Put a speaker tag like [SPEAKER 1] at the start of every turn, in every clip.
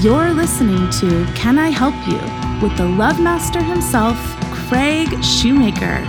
[SPEAKER 1] You're listening to Can I Help You with the Love Master himself, Craig Shoemaker.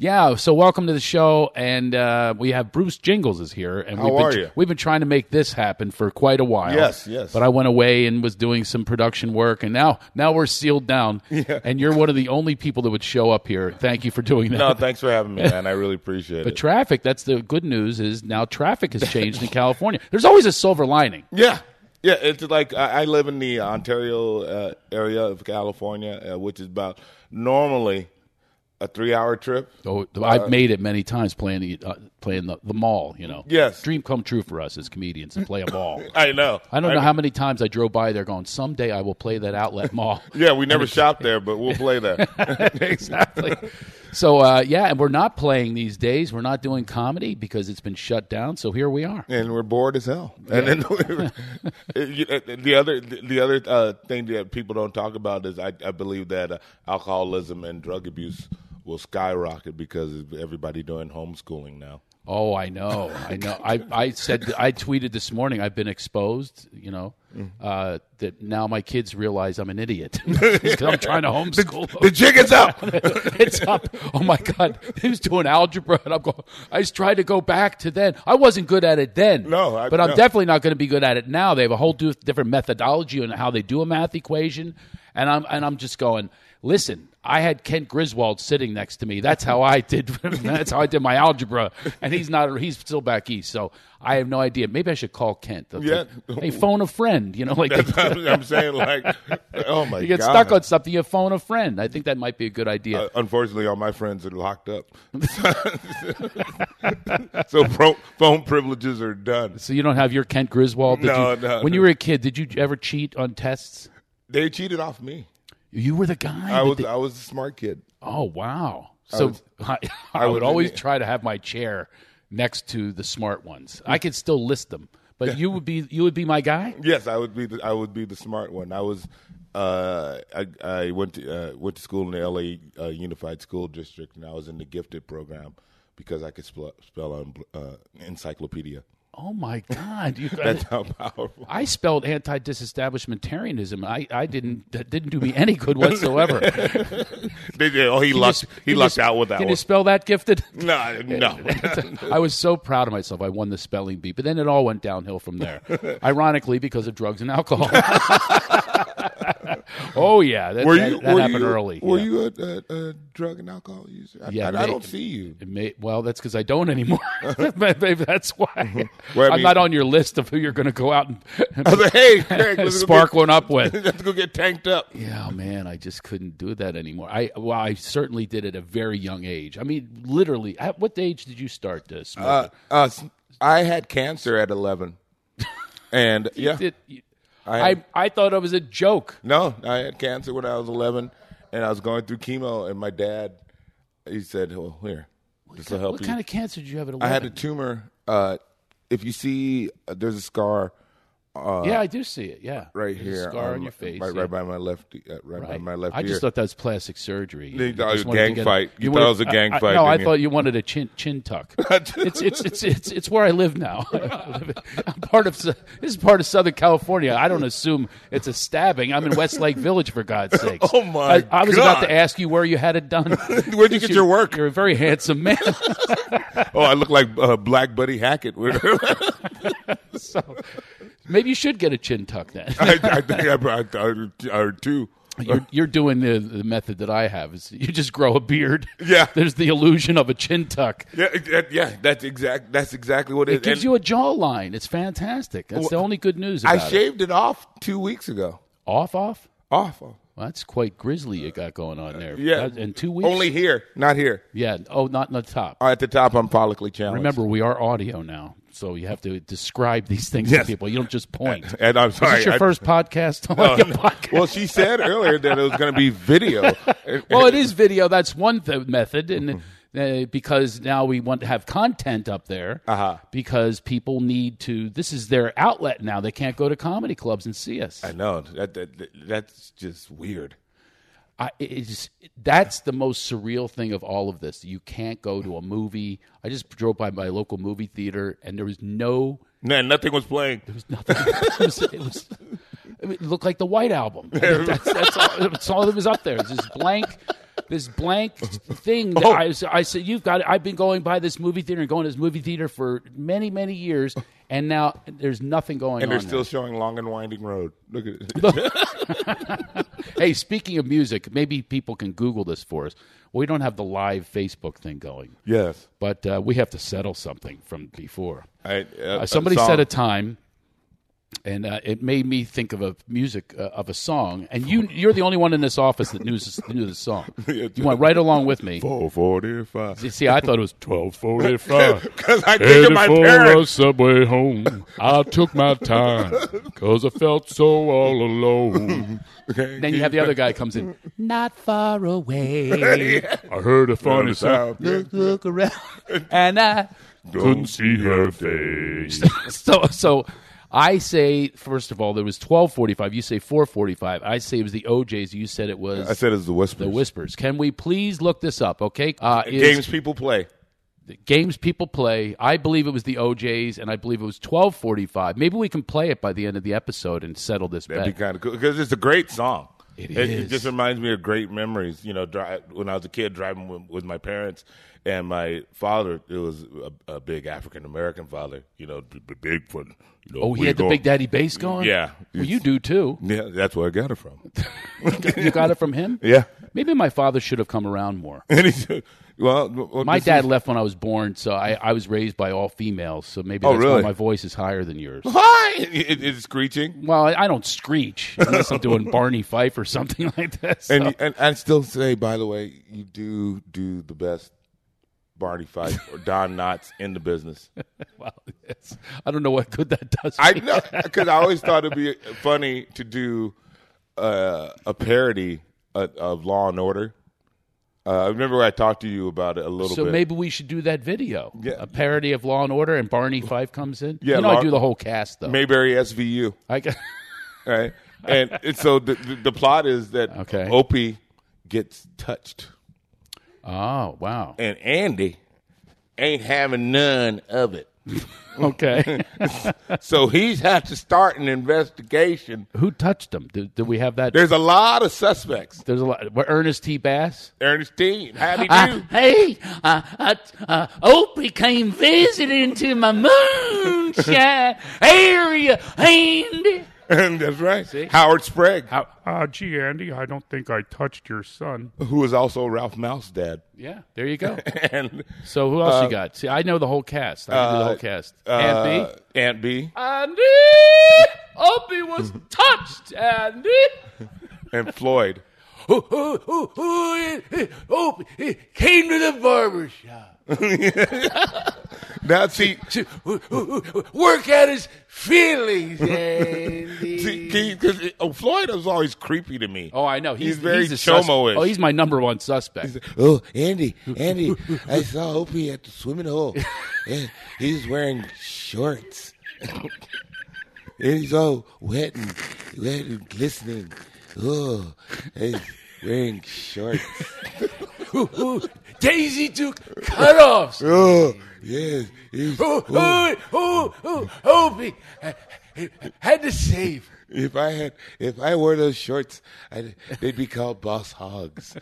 [SPEAKER 2] Yeah, so welcome to the show, and uh, we have Bruce Jingles is here, and
[SPEAKER 3] How
[SPEAKER 2] we've been,
[SPEAKER 3] are you?
[SPEAKER 2] we've been trying to make this happen for quite a while.
[SPEAKER 3] Yes, yes.
[SPEAKER 2] But I went away and was doing some production work, and now now we're sealed down. And you're one of the only people that would show up here. Thank you for doing that.
[SPEAKER 3] No, thanks for having me, man. I really appreciate
[SPEAKER 2] but
[SPEAKER 3] it.
[SPEAKER 2] traffic, that's the good news, is now traffic has changed in California. There's always a silver lining.
[SPEAKER 3] yeah, yeah. It's like I, I live in the Ontario uh, area of California, uh, which is about normally a three-hour trip.
[SPEAKER 2] Oh,
[SPEAKER 3] Uh,
[SPEAKER 2] I've made it many times playing the uh, playing the, the mall, you know.
[SPEAKER 3] Yes.
[SPEAKER 2] Dream come true for us as comedians to play a mall.
[SPEAKER 3] I know.
[SPEAKER 2] I don't know how many times I drove by there going, someday I will play that outlet mall.
[SPEAKER 3] Yeah, we never shop there, but we'll play there.
[SPEAKER 2] exactly. So uh, yeah, and we're not playing these days. We're not doing comedy because it's been shut down. So here we are.
[SPEAKER 3] and we're bored as hell. And then you- uh, the other the other uh, thing that people don't talk about is I, I believe that uh, alcoholism and drug abuse will skyrocket because of everybody doing homeschooling now.
[SPEAKER 2] Oh, I know, I know. I I said I tweeted this morning. I've been exposed. You know uh, that now my kids realize I'm an idiot 'Cause I'm trying to homeschool. them.
[SPEAKER 3] The chicken's out.
[SPEAKER 2] it's up. Oh my God, he was doing algebra, and I'm going. I just tried to go back to then. I wasn't good at it then.
[SPEAKER 3] No, I-
[SPEAKER 2] but I'm
[SPEAKER 3] no.
[SPEAKER 2] definitely not going to be good at it now. They have a whole du- different methodology on how they do a math equation, and I'm and I'm just going. Listen, I had Kent Griswold sitting next to me. That's how I did. that's how I did my algebra, and he's not. He's still back east, so I have no idea. Maybe I should call Kent. It's
[SPEAKER 3] Yeah.
[SPEAKER 2] like, hey, phone a friend. You know, like
[SPEAKER 3] I'm, I'm saying like, oh my
[SPEAKER 2] you get
[SPEAKER 3] god!
[SPEAKER 2] stuck on something, you phone a friend. I think that might be a good idea.
[SPEAKER 3] Uh, unfortunately, all my friends are locked up, so pro- phone privileges are done.
[SPEAKER 2] So you don't have your Kent Griswold? Did
[SPEAKER 3] No,
[SPEAKER 2] you,
[SPEAKER 3] no,
[SPEAKER 2] When
[SPEAKER 3] no.
[SPEAKER 2] you were a kid, did you ever cheat on tests?
[SPEAKER 3] They cheated off me.
[SPEAKER 2] You were the guy.
[SPEAKER 3] I
[SPEAKER 2] that
[SPEAKER 3] was
[SPEAKER 2] did-
[SPEAKER 3] I was a smart kid.
[SPEAKER 2] oh wow! So I,
[SPEAKER 3] was-
[SPEAKER 2] I would
[SPEAKER 3] was-
[SPEAKER 2] always try to have my chair next to the smart ones. I could still list them, but you would be you would be my guy.
[SPEAKER 3] Yes, I would be the I would be the smart one. I was. Uh, I, I went to uh, went to school in the L.A. Uh, Unified School District, and I was in the gifted program because I could spell, spell on uh, encyclopedia.
[SPEAKER 2] Oh my god! You,
[SPEAKER 3] That's how powerful.
[SPEAKER 2] I spelled anti-disestablishmentarianism. I, I didn't that didn't do me any good whatsoever. Can
[SPEAKER 3] They, they- oh, he
[SPEAKER 2] you
[SPEAKER 3] lucked
[SPEAKER 2] s-
[SPEAKER 3] he
[SPEAKER 2] can you s-
[SPEAKER 3] lucked out with that
[SPEAKER 2] Can
[SPEAKER 3] one.
[SPEAKER 2] you spell that gifted?
[SPEAKER 3] no, no.
[SPEAKER 2] I was so proud of myself. I won the spelling bee, but then it all went downhill from there. Ironically, because of drugs and alcohol. oh yeah, that,
[SPEAKER 3] were
[SPEAKER 2] that-
[SPEAKER 3] you
[SPEAKER 2] that
[SPEAKER 3] were
[SPEAKER 2] happened
[SPEAKER 3] you-
[SPEAKER 2] early.
[SPEAKER 3] Were
[SPEAKER 2] yeah.
[SPEAKER 3] you a, a, a drug and alcohol user? I,
[SPEAKER 2] Yeah,
[SPEAKER 3] I, I
[SPEAKER 2] ma-
[SPEAKER 3] don't see you.
[SPEAKER 2] It may- well, that's because I don't anymore. Maybe that's why
[SPEAKER 3] Uh-huh. Well, I
[SPEAKER 2] I'm
[SPEAKER 3] mean-
[SPEAKER 2] not on your list of who you're going to go out
[SPEAKER 3] I
[SPEAKER 2] and
[SPEAKER 3] was like, hey, Craig, let's
[SPEAKER 2] spark
[SPEAKER 3] Go
[SPEAKER 2] one up with.
[SPEAKER 3] get, let's go get tanked up.
[SPEAKER 2] Yeah, oh, man, I just couldn't do that anymore. I well, I certainly did at a very young age. I mean, literally. At what age did you start to smoke?
[SPEAKER 3] Uh, uh, s- I had cancer at eleven, and yeah,
[SPEAKER 2] Did- you-
[SPEAKER 3] I-
[SPEAKER 2] I I thought it was a joke.
[SPEAKER 3] no, I had cancer when I was eleven, and I was going through chemo, and my dad, he said, "Well, here, this will help
[SPEAKER 2] what
[SPEAKER 3] you."
[SPEAKER 2] kind of cancer did you have at 11?
[SPEAKER 3] I had a tumor. Uh, if you see, uh, there's a scar
[SPEAKER 2] yeah, I do see it. Yeah,
[SPEAKER 3] Uh, right
[SPEAKER 2] There's
[SPEAKER 3] here,
[SPEAKER 2] a scar on,
[SPEAKER 3] my-
[SPEAKER 2] your face,
[SPEAKER 3] right,
[SPEAKER 2] yeah.
[SPEAKER 3] right by my left, uh, right, by
[SPEAKER 2] Right.
[SPEAKER 3] my left
[SPEAKER 2] I
[SPEAKER 3] ear.
[SPEAKER 2] just thought that was plastic surgery.
[SPEAKER 3] They
[SPEAKER 2] You
[SPEAKER 3] thought it
[SPEAKER 2] just
[SPEAKER 3] was
[SPEAKER 2] wanted to
[SPEAKER 3] gang
[SPEAKER 2] get-
[SPEAKER 3] fight. You thought it was a gang
[SPEAKER 2] I- I-
[SPEAKER 3] fight,
[SPEAKER 2] no, I
[SPEAKER 3] didn't you?
[SPEAKER 2] thought you wanted a chin chin tuck. it's, it's it's it's it's where I live now. I'm part of Sou- this is part of Southern California. I don't assume it's a stabbing. I'm in Westlake Village for God's sake.
[SPEAKER 3] Oh, my
[SPEAKER 2] I, I was about
[SPEAKER 3] God.
[SPEAKER 2] to ask you where you had it done.
[SPEAKER 3] Where'd you get your work?
[SPEAKER 2] You're a very handsome man.
[SPEAKER 3] Oh, I look like uh, Black Buddy Hackett. I,
[SPEAKER 2] Maybe you should get a chin tuck then.
[SPEAKER 3] I think I, I, I, I too.
[SPEAKER 2] You're, you're doing the, the method that I have. Is you just grow a beard.
[SPEAKER 3] Yeah.
[SPEAKER 2] There's the illusion of a chin tuck.
[SPEAKER 3] Yeah, that- yeah, that's exact. That's exactly what it,
[SPEAKER 2] It gives
[SPEAKER 3] and
[SPEAKER 2] you a jawline. It's fantastic. That's the only good news
[SPEAKER 3] I
[SPEAKER 2] about it.
[SPEAKER 3] shaved it off two weeks ago.
[SPEAKER 2] Off, off?
[SPEAKER 3] Off.
[SPEAKER 2] Well, that's quite grisly you got going on there.
[SPEAKER 3] Yeah,
[SPEAKER 2] That- in two weeks?
[SPEAKER 3] Only here, not here. Uh,
[SPEAKER 2] Yeah. Oh, not on the top.
[SPEAKER 3] At the top, I'm follically challenged.
[SPEAKER 2] Remember, we are audio now, so you have to describe these things to
[SPEAKER 3] Yes.
[SPEAKER 2] people. You don't just point.
[SPEAKER 3] and I'm
[SPEAKER 2] Is
[SPEAKER 3] sorry.
[SPEAKER 2] this your
[SPEAKER 3] I-
[SPEAKER 2] first podcast?
[SPEAKER 3] No,
[SPEAKER 2] Audio
[SPEAKER 3] no.
[SPEAKER 2] podcast?
[SPEAKER 3] Well, she said earlier that it was going to be video.
[SPEAKER 2] well, it is video. That's one th- method, and uh, because now we want to have content up there because people need to. This is their outlet now. They can't go to comedy clubs and see us.
[SPEAKER 3] I know that, that, that- that's just weird.
[SPEAKER 2] I, it- it's that's the most surreal thing of all of this. You can't go to a movie. I just drove by my local movie theater, and there was no.
[SPEAKER 3] Man, nothing was playing.
[SPEAKER 2] It was. It, was, it looked like the White Album. I mean, that's, that's, all, that's all that was up there. It's this blank, this blank thing.
[SPEAKER 3] Oh.
[SPEAKER 2] That I, was- I said, "You've got it." I've been going by this movie theater and going to this movie theater for many, many years, and now there's nothing going
[SPEAKER 3] And
[SPEAKER 2] on.
[SPEAKER 3] they're
[SPEAKER 2] there.
[SPEAKER 3] still showing Long and Winding Road. Look at it.
[SPEAKER 2] Hey, speaking of music, maybe people can Google this for us. We don't have the live Facebook thing going.
[SPEAKER 3] yes.
[SPEAKER 2] but uh, we have to settle something from before.
[SPEAKER 3] I,
[SPEAKER 2] Uh, somebody
[SPEAKER 3] song.
[SPEAKER 2] set a time, and uh, it made me think of a music uh, of a song. And you, you're the only one in this office that knew this, knew this song. You went right along with me.
[SPEAKER 3] 445.
[SPEAKER 2] You see, I thought it was twelve forty-five.
[SPEAKER 3] Because I think of
[SPEAKER 2] Headed
[SPEAKER 3] my
[SPEAKER 2] for
[SPEAKER 3] parents.
[SPEAKER 2] a subway home. I took my time because I felt so all alone.
[SPEAKER 3] Okay.
[SPEAKER 2] Then you have the other guy comes in. Not far away. I heard a funny sound.
[SPEAKER 3] Sound. Yeah.
[SPEAKER 2] Look around, and I
[SPEAKER 3] Don't
[SPEAKER 2] see her face. so, so I say first of all, there was twelve forty-five. You say four forty-five. I say it was the OJ's. You said it was
[SPEAKER 3] I said it's the Whispers.
[SPEAKER 2] the Whispers. Can we please look this up? Okay, uh, is-
[SPEAKER 3] Games people play.
[SPEAKER 2] games people play. I believe it was the OJ's, and I believe it was twelve forty-five. Maybe we can play it by the end of the episode and settle this
[SPEAKER 3] That'd
[SPEAKER 2] bet.
[SPEAKER 3] be kind of cool because it's a great song.
[SPEAKER 2] It
[SPEAKER 3] It
[SPEAKER 2] is.
[SPEAKER 3] just reminds me of great memories. You know, dri when I was a kid driving with, with my parents and my father, it was a, a big African American father. You know, b- b- big foot. You know,
[SPEAKER 2] oh, he
[SPEAKER 3] we
[SPEAKER 2] had the
[SPEAKER 3] go-
[SPEAKER 2] Big Daddy bass going.
[SPEAKER 3] Yeah.
[SPEAKER 2] well, you do too.
[SPEAKER 3] Yeah, that's where I got it from.
[SPEAKER 2] You got it from him.
[SPEAKER 3] yeah,
[SPEAKER 2] Maybe my father should have come around more.
[SPEAKER 3] and he said, "Well, well,
[SPEAKER 2] My
[SPEAKER 3] this
[SPEAKER 2] dad
[SPEAKER 3] is-
[SPEAKER 2] left when I was born, so I, I was raised by all females. So maybe
[SPEAKER 3] Oh,
[SPEAKER 2] that's why
[SPEAKER 3] really?
[SPEAKER 2] my voice is higher than yours.
[SPEAKER 3] hi, it, it's screeching,
[SPEAKER 2] Well, I, I don't screech unless I'm doing Barney Fife or something like that. so-
[SPEAKER 3] and you- and I still say, by the way, you do do the best." Barney Fife or Don Knotts in the business.
[SPEAKER 2] Wow, yes. I don't know what good that does.
[SPEAKER 3] I know because I always thought it'd be funny to do uh, a parody of, of Law and Order. Uh, I remember I talked to you about it a little
[SPEAKER 2] so
[SPEAKER 3] bit.
[SPEAKER 2] maybe we should do that video,
[SPEAKER 3] Yeah.
[SPEAKER 2] a parody of Law and Order, and Barney Fife comes in.
[SPEAKER 3] Yeah,
[SPEAKER 2] you know I
[SPEAKER 3] Law-
[SPEAKER 2] do the whole cast though.
[SPEAKER 3] Mayberry SVU,
[SPEAKER 2] I got-
[SPEAKER 3] right? and it's so the, the, the plot is that
[SPEAKER 2] Okay.
[SPEAKER 3] Opie gets touched,
[SPEAKER 2] oh wow,
[SPEAKER 3] and Andy ain't having none of it.
[SPEAKER 2] okay.
[SPEAKER 3] So he's had to start an investigation.
[SPEAKER 2] Who touched him? Did, did we have that?
[SPEAKER 3] There's a lot of suspects.
[SPEAKER 2] There's a lot. What, Ernest T. Bass. Ah,
[SPEAKER 3] Ernestine, howdy do?
[SPEAKER 4] Uh, hey, uh, uh, uh, Opie came visiting to my moonshine area, Andy.
[SPEAKER 3] That's right. Howard Sprague,
[SPEAKER 5] Uh, gee, Andy, I don't think I touched your son.
[SPEAKER 3] who is also Ralph Mouth's dad.
[SPEAKER 2] Yeah, there you go.
[SPEAKER 3] and
[SPEAKER 2] So who else
[SPEAKER 3] Uh,
[SPEAKER 2] you got? See, I know the whole cast. I know the whole cast. Aunt B.
[SPEAKER 3] B. uh, Aunt B.
[SPEAKER 4] Andy, Opie was touched, Andy.
[SPEAKER 3] and Floyd.
[SPEAKER 4] Oh, oh, oh, oh, eh, eh, Opie eh, came to the barber shop
[SPEAKER 3] Now see,
[SPEAKER 4] to oh, oh, oh, work out his feelings, Andy.
[SPEAKER 3] see, because oh, Floyd was always creepy to me.
[SPEAKER 2] Oh, I know. He's,
[SPEAKER 3] He's very
[SPEAKER 2] he's a sus-
[SPEAKER 3] chomo-ish.
[SPEAKER 2] Oh, he's my number one suspect.
[SPEAKER 6] Oh, Andy, Andy, I saw Opie at the swimming hole. And he's wearing shorts. and he's all wet and, wet and glistening. Oh, he's wearing shorts.
[SPEAKER 4] Ooh, Daisy took cutoffs.
[SPEAKER 6] Oh, yes. he's-
[SPEAKER 4] Ooh, ooh, ooh, ooh, Opie uh, uh, had to save.
[SPEAKER 6] if I had, if I wore those shorts, I'd, they'd be called boss hogs.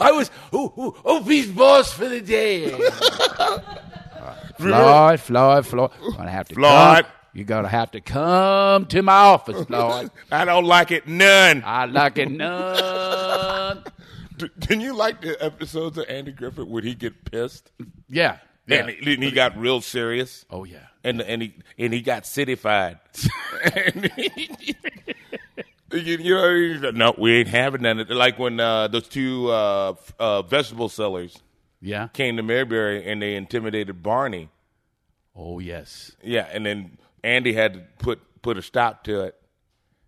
[SPEAKER 4] I was ooh, ooh, Opie's boss for the day.
[SPEAKER 2] Floyd, Floyd, Floyd. Gonna have to
[SPEAKER 3] Floyd.
[SPEAKER 2] Come. You're gonna have to come to my office, Floyd.
[SPEAKER 3] I don't like it none.
[SPEAKER 2] I like it none.
[SPEAKER 3] D- Didn't you like the episodes of Andy Griffith where he get pissed
[SPEAKER 2] Yeah. yeah.
[SPEAKER 3] and, he, and he got real serious?
[SPEAKER 2] Oh yeah.
[SPEAKER 3] and and he and he got cityfied. And he- you, you know, he's like, no, we ain't having none. of it." Like when uh, those two uh, f- uh, vegetable sellers
[SPEAKER 2] Yeah.
[SPEAKER 3] came to Maryberry and they intimidated Barney.
[SPEAKER 2] Oh yes.
[SPEAKER 3] Yeah, and then Andy had to put put a stop to it.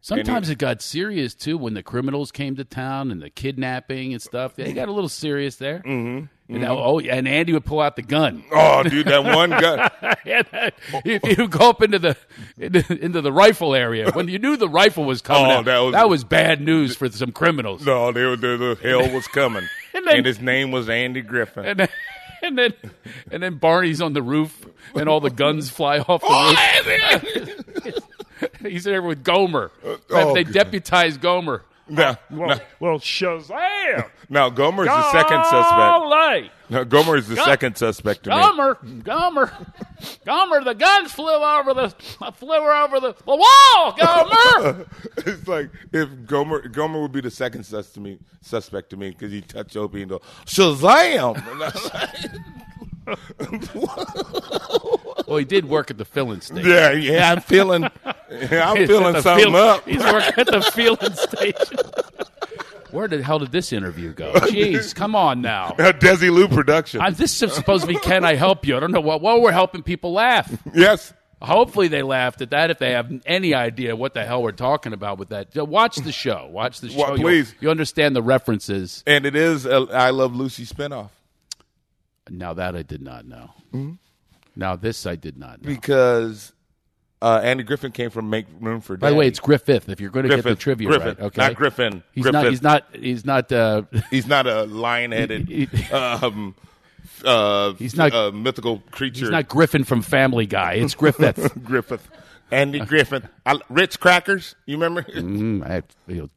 [SPEAKER 2] Sometimes it got serious too when the criminals came to town and the kidnapping and stuff. They got a little serious there. Mm-hmm. You know, oh, yeah, and Andy would pull out the gun.
[SPEAKER 3] Oh, dude, that one gun. Oh.
[SPEAKER 2] he, he would go up into the into, into the rifle area when you knew the rifle was coming.
[SPEAKER 3] Oh,
[SPEAKER 2] out,
[SPEAKER 3] that was-
[SPEAKER 2] bad news for some criminals.
[SPEAKER 3] No, they were, they were, hell was coming.
[SPEAKER 2] And
[SPEAKER 3] and,
[SPEAKER 2] then-
[SPEAKER 3] his name was Andy Griffin.
[SPEAKER 2] And then, and then and then Barney's on the roof and all the guns fly off
[SPEAKER 3] Oh,
[SPEAKER 2] the
[SPEAKER 3] Andy!
[SPEAKER 2] roof. He's there with Gomer.
[SPEAKER 3] Oh,
[SPEAKER 2] they
[SPEAKER 3] God.
[SPEAKER 2] deputized Gomer.
[SPEAKER 3] now,
[SPEAKER 5] Well,
[SPEAKER 3] now,
[SPEAKER 5] Oh, well Shazam!
[SPEAKER 3] now, Gomer's the second suspect.
[SPEAKER 2] Golly.
[SPEAKER 3] Now, Gomer is the second suspect to me.
[SPEAKER 2] Gomer, Gomer, Gomer, the guns flew over the flew over the, the wall, Gomer.
[SPEAKER 3] it's like if Gomer Gomer would be the second sus to me, suspect to me because he touched Opie and go Shazam. And I was like,
[SPEAKER 2] well, he did work at the filling station.
[SPEAKER 3] yeah, yeah, I'm feeling, yeah, I'm
[SPEAKER 2] He's at
[SPEAKER 3] feeling
[SPEAKER 2] the
[SPEAKER 3] something
[SPEAKER 2] fill-
[SPEAKER 3] up.
[SPEAKER 2] He's working at the filling station. Where the hell did this interview go? Jeez, come on now.
[SPEAKER 3] Desi Lou production.
[SPEAKER 2] I, this is supposed to be can I help you? I don't know what. Well, we're helping people laugh.
[SPEAKER 3] yes,
[SPEAKER 2] Hopefully, they laughed at that if they have any idea what the hell we're talking about with that. Watch the show. Watch the show.
[SPEAKER 3] Well,
[SPEAKER 2] You'll-
[SPEAKER 3] please.
[SPEAKER 2] you understand the references.
[SPEAKER 3] and it is a I Love Lucy spinoff
[SPEAKER 2] Now that I did not know. Now this I did not know.
[SPEAKER 3] because uh, Andy Griffin came from Make Room for.
[SPEAKER 2] By the way, it's Griffith. If you're going to get the
[SPEAKER 3] Griffith.
[SPEAKER 2] trivia
[SPEAKER 3] Griffin.
[SPEAKER 2] right, okay,
[SPEAKER 3] Not Griffin.
[SPEAKER 2] He's not.
[SPEAKER 3] Griffith.
[SPEAKER 2] He's not. He's not. Uh,
[SPEAKER 3] he's not a lion-headed, um, uh,
[SPEAKER 2] He's not-
[SPEAKER 3] a mythical creature.
[SPEAKER 2] he's not Griffin from Family Guy. It's Griffith.
[SPEAKER 3] Griffith. Andy Griffin. I, Ritz crackers. You remember?
[SPEAKER 2] Mm, I feel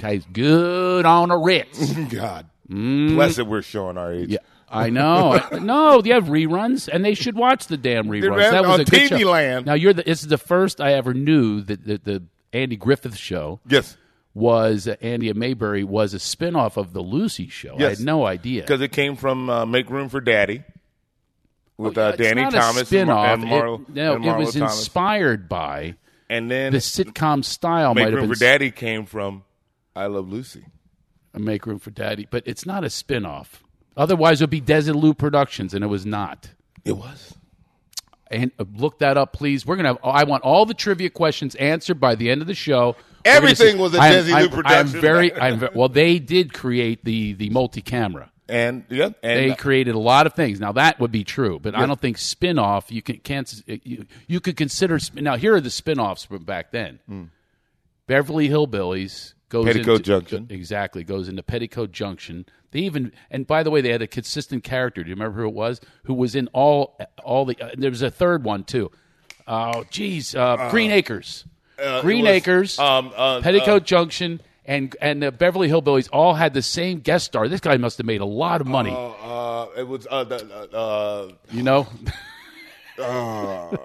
[SPEAKER 2] tastes good on a Ritz.
[SPEAKER 3] God. Blessed we're showing our age.
[SPEAKER 2] Mm. Yeah, I know. no, they have reruns, and they should watch the damn reruns.
[SPEAKER 3] ran
[SPEAKER 2] that was
[SPEAKER 3] on
[SPEAKER 2] a good
[SPEAKER 3] TV
[SPEAKER 2] show.
[SPEAKER 3] Land.
[SPEAKER 2] Now you're the. This is the first I ever knew that the, the Andy Griffith show
[SPEAKER 3] Yes.
[SPEAKER 2] was uh, Andy and Mayberry was a spinoff of the Lucy show. I
[SPEAKER 3] Yes.
[SPEAKER 2] had no idea.
[SPEAKER 3] Because it came from uh, Make Room for Daddy with
[SPEAKER 2] Oh, Yeah,
[SPEAKER 3] uh,
[SPEAKER 2] it's
[SPEAKER 3] Danny
[SPEAKER 2] not a
[SPEAKER 3] Thomas and, Mar-
[SPEAKER 2] spinoff.
[SPEAKER 3] and Marlo.
[SPEAKER 2] It- no,
[SPEAKER 3] and
[SPEAKER 2] it
[SPEAKER 3] Marlo
[SPEAKER 2] was
[SPEAKER 3] Thomas.
[SPEAKER 2] inspired by
[SPEAKER 3] and then
[SPEAKER 2] the sitcom style.
[SPEAKER 3] Make
[SPEAKER 2] might
[SPEAKER 3] Room
[SPEAKER 2] have
[SPEAKER 3] for
[SPEAKER 2] been
[SPEAKER 3] Daddy came from I Love Lucy.
[SPEAKER 2] Make room for daddy, but it's not a spinoff. Otherwise, it would be Desilu Productions, and it was not.
[SPEAKER 3] It was.
[SPEAKER 2] and uh, look that up, please. We're gonna. Have, I want all the trivia questions answered by the end of the show. We're gonna
[SPEAKER 3] Everything
[SPEAKER 2] see-
[SPEAKER 3] was a
[SPEAKER 2] I'm-
[SPEAKER 3] Desi Lu
[SPEAKER 2] I'm-
[SPEAKER 3] production.
[SPEAKER 2] I'm very. I'm ve- well. They did create the the multi camera.
[SPEAKER 3] And, yeah. And,
[SPEAKER 2] They
[SPEAKER 3] uh,
[SPEAKER 2] created a lot of things. Now that would be true, but I don't think spin-off you can can't you, you could consider spin- now here are the spin-offs from back then. Beverly Hillbillies goes
[SPEAKER 3] Hmm. Petticoat
[SPEAKER 2] into,
[SPEAKER 3] Junction.
[SPEAKER 2] Exactly, goes into Petticoat Junction. They even and by the way they had a consistent character. Do you remember who it was? Who was in all all the uh, there was a third one too. Oh geez, uh, Green Acres.
[SPEAKER 3] uh,
[SPEAKER 2] Green
[SPEAKER 3] it was,
[SPEAKER 2] Acres.
[SPEAKER 3] um, uh,
[SPEAKER 2] Petticoat Junction and and the Beverly Hillbillies all had the same guest star. This guy must have made a lot of money.
[SPEAKER 3] Uh, uh, it was uh, the, uh,
[SPEAKER 2] You know?
[SPEAKER 3] uh,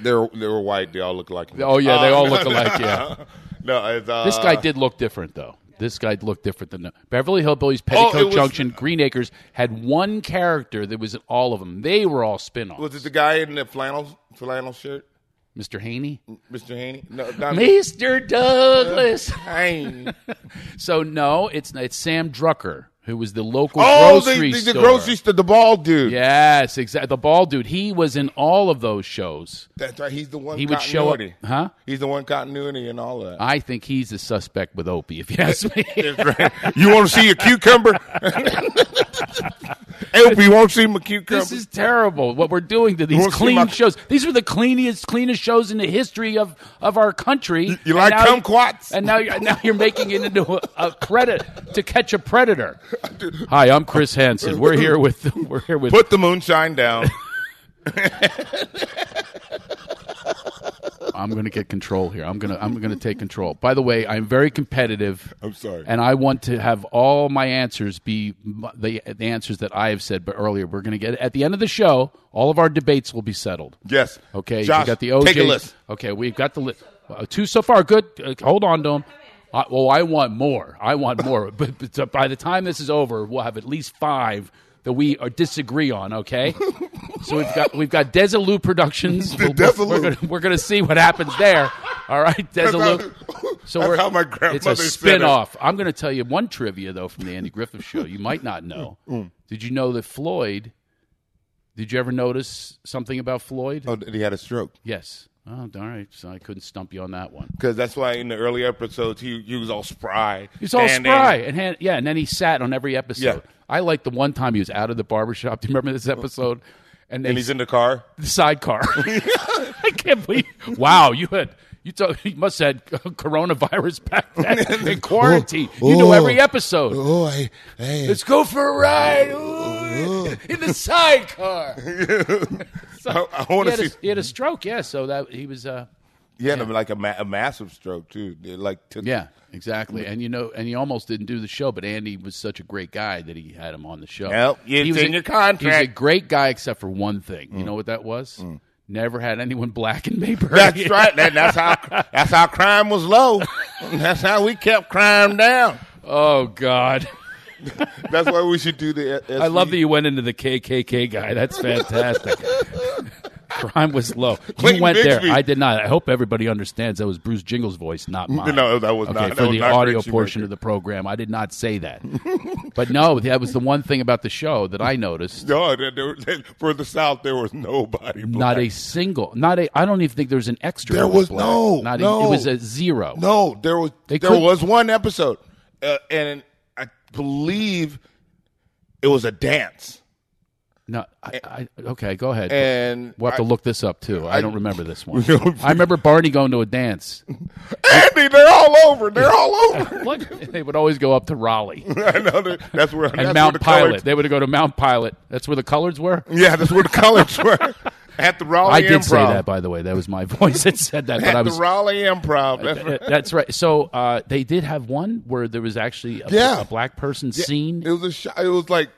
[SPEAKER 3] they were they were white. They all looked like me.
[SPEAKER 2] Oh yeah, they all look alike. Yeah,
[SPEAKER 3] no, it's, uh,
[SPEAKER 2] this guy did look different though. This guy looked different than the Beverly Hillbillies, Petticoat
[SPEAKER 3] Oh, it was-
[SPEAKER 2] Junction, Green Acres had one character that was in all of them. They were all spin-offs.
[SPEAKER 3] was it the guy in the flannel flannel shirt,
[SPEAKER 2] Mr. Haney,
[SPEAKER 3] Mr. Haney? No, not
[SPEAKER 2] Mr. Douglas.
[SPEAKER 3] Haney.
[SPEAKER 2] So no, it's it's Sam Drucker who was the local
[SPEAKER 3] Oh, the,
[SPEAKER 2] grocery
[SPEAKER 3] the, the
[SPEAKER 2] store.
[SPEAKER 3] grocery store, the bald dude.
[SPEAKER 2] Yes, exactly. The bald dude. He was in all of those shows.
[SPEAKER 3] That's right. He's the one.
[SPEAKER 2] He would show up,
[SPEAKER 3] continuity.
[SPEAKER 2] huh? Uh,
[SPEAKER 3] He's the one continuity and all that.
[SPEAKER 2] I think he's the suspect with Opie, if you ask me.
[SPEAKER 3] you want to see a cucumber? Elby, you want to see my cucumber?
[SPEAKER 2] This is terrible. What we're doing to these
[SPEAKER 3] wanna see
[SPEAKER 2] clean
[SPEAKER 3] my-
[SPEAKER 2] shows. These were the cleanest, cleanest shows in the history of, of our country. You,
[SPEAKER 3] you like kumquats?
[SPEAKER 2] and now, you're- now you're making it into a, a credit to catch a predator. Hi, I'm Chris Hansen. We're here with we're here with
[SPEAKER 3] Put the moonshine down.
[SPEAKER 2] I'm going to get control here. I'm going to I'm going to take control. By the way, I'm very competitive.
[SPEAKER 3] I'm sorry.
[SPEAKER 2] And I want to have all my answers be m- the, the answers that I have said but earlier. We're going to get at the end of the show, all of our debates will be settled.
[SPEAKER 3] yes.
[SPEAKER 2] Okay,
[SPEAKER 3] Josh,
[SPEAKER 2] we got the OJ.
[SPEAKER 3] Take a list.
[SPEAKER 2] Okay, we've got the list. two so far. Good. Uh, hold on to them. I, well, I want more. I want more. but, but so by the time this is over, we'll have at least five that we are disagree on. Okay. so we've got we've got Desilu Productions. we're,
[SPEAKER 3] Desilu.
[SPEAKER 2] gonna, we're gonna see what happens there. All right, Desilu. So
[SPEAKER 3] That's
[SPEAKER 2] we're,
[SPEAKER 3] how my
[SPEAKER 2] it's a
[SPEAKER 3] grandmother said it.
[SPEAKER 2] spinoff. I'm going to tell you one trivia though from the Andy Griffith Show. You might not know.
[SPEAKER 3] Mm.
[SPEAKER 2] Did you know that Floyd? Did you ever notice something about Floyd?
[SPEAKER 3] Oh, he had a stroke.
[SPEAKER 2] Yes. Oh, all right. So I couldn't stump you on that one.
[SPEAKER 3] Because that's why in the early episodes he, he was all spry.
[SPEAKER 2] He's all
[SPEAKER 3] And- and-
[SPEAKER 2] spry and hand, yeah, and then he sat on every episode.
[SPEAKER 3] Yeah.
[SPEAKER 2] I like the one time he was out of the barbershop. Do you remember this episode? And, they
[SPEAKER 3] and he's in the car.
[SPEAKER 2] the sidecar. I can't believe. Wow, you had you, thought you must have had coronavirus back then in quarantine. you knew
[SPEAKER 6] oh,
[SPEAKER 2] every episode.
[SPEAKER 6] Oh, I, I
[SPEAKER 2] Let's go for a ride
[SPEAKER 6] Oh.
[SPEAKER 2] ooh, in the sidecar.
[SPEAKER 3] I, I
[SPEAKER 2] He
[SPEAKER 3] want to
[SPEAKER 2] had, a,
[SPEAKER 3] see.
[SPEAKER 2] he had a stroke, yeah. So that he was, uh,
[SPEAKER 3] Yeah, and like a, ma- a massive stroke too. It, Like took,
[SPEAKER 2] yeah, exactly. And you know, and he almost didn't do the show, but Andy was such a great guy that he had him on the show.
[SPEAKER 3] Nope, it's
[SPEAKER 2] he was
[SPEAKER 3] in
[SPEAKER 2] a,
[SPEAKER 3] your contract. Mm.
[SPEAKER 2] He was a great guy, except for one thing. You know what that was? Never had anyone black in Mayberry.
[SPEAKER 3] That's right. That, that's how that's how crime was low. That's how we kept crime down.
[SPEAKER 2] Oh God.
[SPEAKER 3] That's why we should do the. uh, E.
[SPEAKER 2] I love that you went into the KKK guy. That's fantastic. Crime was low.
[SPEAKER 3] Clayton
[SPEAKER 2] you went
[SPEAKER 3] Bixby.
[SPEAKER 2] there. I did not. I hope everybody understands that was Bruce Jingle's voice, not mine.
[SPEAKER 3] No, that was
[SPEAKER 2] okay,
[SPEAKER 3] not-
[SPEAKER 2] For
[SPEAKER 3] that was
[SPEAKER 2] the
[SPEAKER 3] not
[SPEAKER 2] audio
[SPEAKER 3] Richie
[SPEAKER 2] portion
[SPEAKER 3] Baker.
[SPEAKER 2] of the program, I did not say that. but no, that was the one thing about the show that I noticed.
[SPEAKER 3] No, there, there, there, for the South, there was nobody. Black.
[SPEAKER 2] Not a single. Not a. I don't even think there was an extra.
[SPEAKER 3] There
[SPEAKER 2] that
[SPEAKER 3] was
[SPEAKER 2] black.
[SPEAKER 3] no,
[SPEAKER 2] Not A,
[SPEAKER 3] no.
[SPEAKER 2] it was a zero.
[SPEAKER 3] No, there was
[SPEAKER 2] They
[SPEAKER 3] there
[SPEAKER 2] couldn't-
[SPEAKER 3] was one episode, uh, and I believe it was a dance.
[SPEAKER 2] No, I, I, okay, go ahead.
[SPEAKER 3] And
[SPEAKER 2] we'll have to
[SPEAKER 3] Eh, I-
[SPEAKER 2] look this up too. I, don't remember this one.
[SPEAKER 3] don't-
[SPEAKER 2] I remember Barney going to a dance.
[SPEAKER 3] Andy, they're all over. They're all over.
[SPEAKER 2] Look, they would always go up to Raleigh.
[SPEAKER 3] I know that- that's where that's
[SPEAKER 2] and
[SPEAKER 3] where
[SPEAKER 2] Mount
[SPEAKER 3] the colours-
[SPEAKER 2] Pilot. They would go to Mount Pilot. That's where the coloreds were.
[SPEAKER 3] yeah, that's where the colors were at the Raleigh.
[SPEAKER 2] I did
[SPEAKER 3] Improv.
[SPEAKER 2] say that, by the way. That was my voice that said that. But
[SPEAKER 3] at
[SPEAKER 2] I was.
[SPEAKER 3] the Raleigh Improv. That's right.
[SPEAKER 2] That's right. So uh, they did have one where there was actually a,
[SPEAKER 3] Yeah.
[SPEAKER 2] a black person seen.
[SPEAKER 3] It was a shot. It was like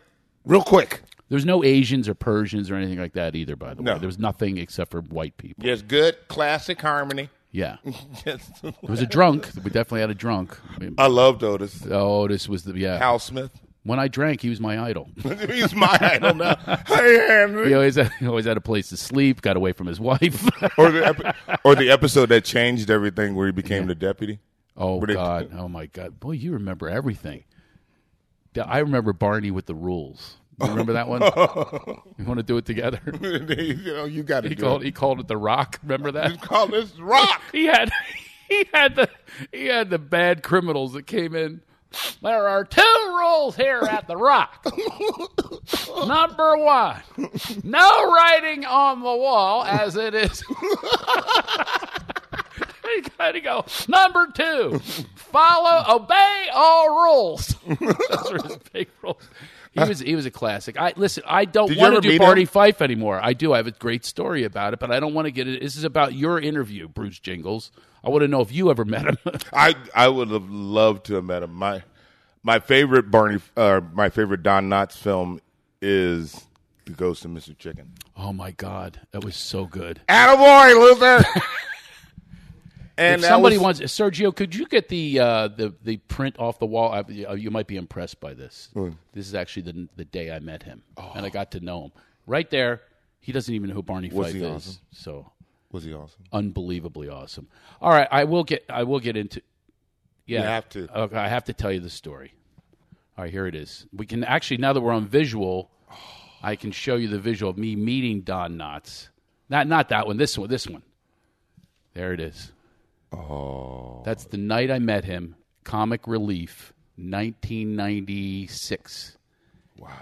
[SPEAKER 3] real quick.
[SPEAKER 2] There's no Asians or Persians or anything like that either. By the
[SPEAKER 3] No.
[SPEAKER 2] way, there was nothing except for white people.
[SPEAKER 3] Yes, good classic harmony.
[SPEAKER 2] Yeah, there
[SPEAKER 3] Yes.
[SPEAKER 2] was a drunk. We definitely had a drunk. I mean,
[SPEAKER 3] I loved Otis.
[SPEAKER 2] oh, this was the yeah.
[SPEAKER 3] Hal Smith.
[SPEAKER 2] When I drank, he was my idol.
[SPEAKER 3] He's my idol now. Hey, Henry.
[SPEAKER 2] He always had, he always had a place to sleep. Got away from his wife.
[SPEAKER 3] or the epi- or the episode that changed everything, where he became the deputy.
[SPEAKER 2] Oh
[SPEAKER 3] Where they-
[SPEAKER 2] God! Oh my God! Boy, you remember everything. Yeah, I remember Barney with the rules. You remember that one? you want to do it together?
[SPEAKER 3] you know, you got to
[SPEAKER 2] He
[SPEAKER 3] do
[SPEAKER 2] called. E-
[SPEAKER 3] it.
[SPEAKER 2] He called it the Rock. Remember that?
[SPEAKER 3] Call this rock.
[SPEAKER 2] He had. He had the. He had the bad criminals that came in. There are two rules here at the Rock. Number one, no writing on the wall, as it is. You gotta go. Number two, follow, obey all rules. Those were his big rules. He was he was a classic. I listen. I don't
[SPEAKER 3] Did you
[SPEAKER 2] want
[SPEAKER 3] ever
[SPEAKER 2] to do
[SPEAKER 3] meet
[SPEAKER 2] Barney
[SPEAKER 3] him?
[SPEAKER 2] Fife anymore. I do. I have a great story about it, but I don't want to get it. This is about your interview, Bruce Jingles. I want to know if you ever met him.
[SPEAKER 3] I I would have loved to have met him. My my favorite Barney, uh, my favorite Don Knotts film is The Ghost of Mr. Chicken.
[SPEAKER 2] oh my God, that was so good.
[SPEAKER 3] Attaboy, Luther. and
[SPEAKER 2] if
[SPEAKER 3] that
[SPEAKER 2] somebody wants
[SPEAKER 3] was-
[SPEAKER 2] Sergio, could you get the uh, the the print off the wall? I, you might be impressed by this.
[SPEAKER 3] Hmm.
[SPEAKER 2] This is actually the the day I met him,
[SPEAKER 3] Oh.
[SPEAKER 2] and I got to know him. Right there, he doesn't even know who Barney
[SPEAKER 3] Was
[SPEAKER 2] Fife
[SPEAKER 3] he
[SPEAKER 2] is.
[SPEAKER 3] awesome?
[SPEAKER 2] So
[SPEAKER 3] was he awesome?
[SPEAKER 2] unbelievably awesome. All right, I will get I will get into. Yeah,
[SPEAKER 3] You have to.
[SPEAKER 2] Okay, I have to tell you the story. All right, here it is. We can actually now that we're on visual, I can show you the visual of me meeting Don Knotts. Not not that one. This one. This one. There it is. Oh, that's the night I met him. Comic Relief, 1996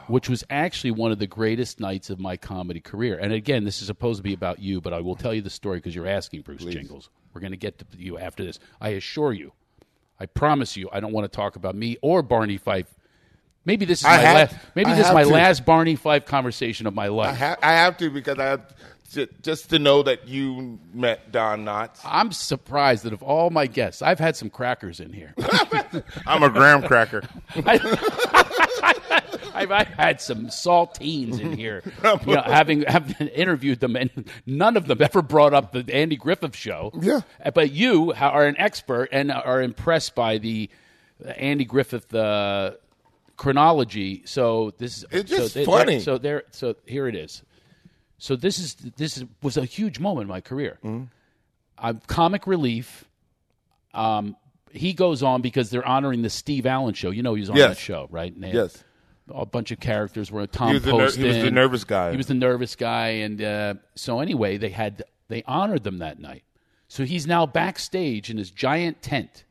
[SPEAKER 2] which was actually one of the greatest nights of my comedy career. And again, this is supposed to be about you, but I will tell you the story because you're asking Bruce Jingles. We're going to get to you after this. I assure you, I promise you, I don't want to talk about me or Barney Fife. Maybe this is
[SPEAKER 3] I
[SPEAKER 2] my
[SPEAKER 3] have-
[SPEAKER 2] last. Maybe
[SPEAKER 3] I
[SPEAKER 2] this is
[SPEAKER 3] have
[SPEAKER 2] my
[SPEAKER 3] to.
[SPEAKER 2] last Barney Fife conversation of my
[SPEAKER 3] I
[SPEAKER 2] life.
[SPEAKER 3] have I have to because I have to, just to know that you met Don Knotts.
[SPEAKER 2] I'm surprised that of all my guests, I've had some crackers in here.
[SPEAKER 3] I'm a graham cracker.
[SPEAKER 2] I've, I've had some saltines in here, you know, having, having interviewed them, and none of them ever brought up the Andy Griffith show. Uh,
[SPEAKER 3] Yeah.
[SPEAKER 2] But you ha- are an expert and are impressed by the uh, Andy Griffith uh, chronology. So this is
[SPEAKER 3] It's
[SPEAKER 2] so
[SPEAKER 3] just
[SPEAKER 2] they-
[SPEAKER 3] funny.
[SPEAKER 2] So there, so here it is. So this is this is, was a huge moment in my career.
[SPEAKER 3] Mm-hmm.
[SPEAKER 2] I'm comic relief. Um, he goes on because they're honoring the Steve Allen show. You know he was on
[SPEAKER 3] Yes.
[SPEAKER 2] that show, right? And they had
[SPEAKER 3] Yes.
[SPEAKER 2] a bunch of characters were Tom
[SPEAKER 3] He was the ner- he was the
[SPEAKER 2] Poston.
[SPEAKER 3] nervous guy.
[SPEAKER 2] He was the nervous guy, and uh, so anyway, they had They honored them that night. So he's now backstage in his giant tent,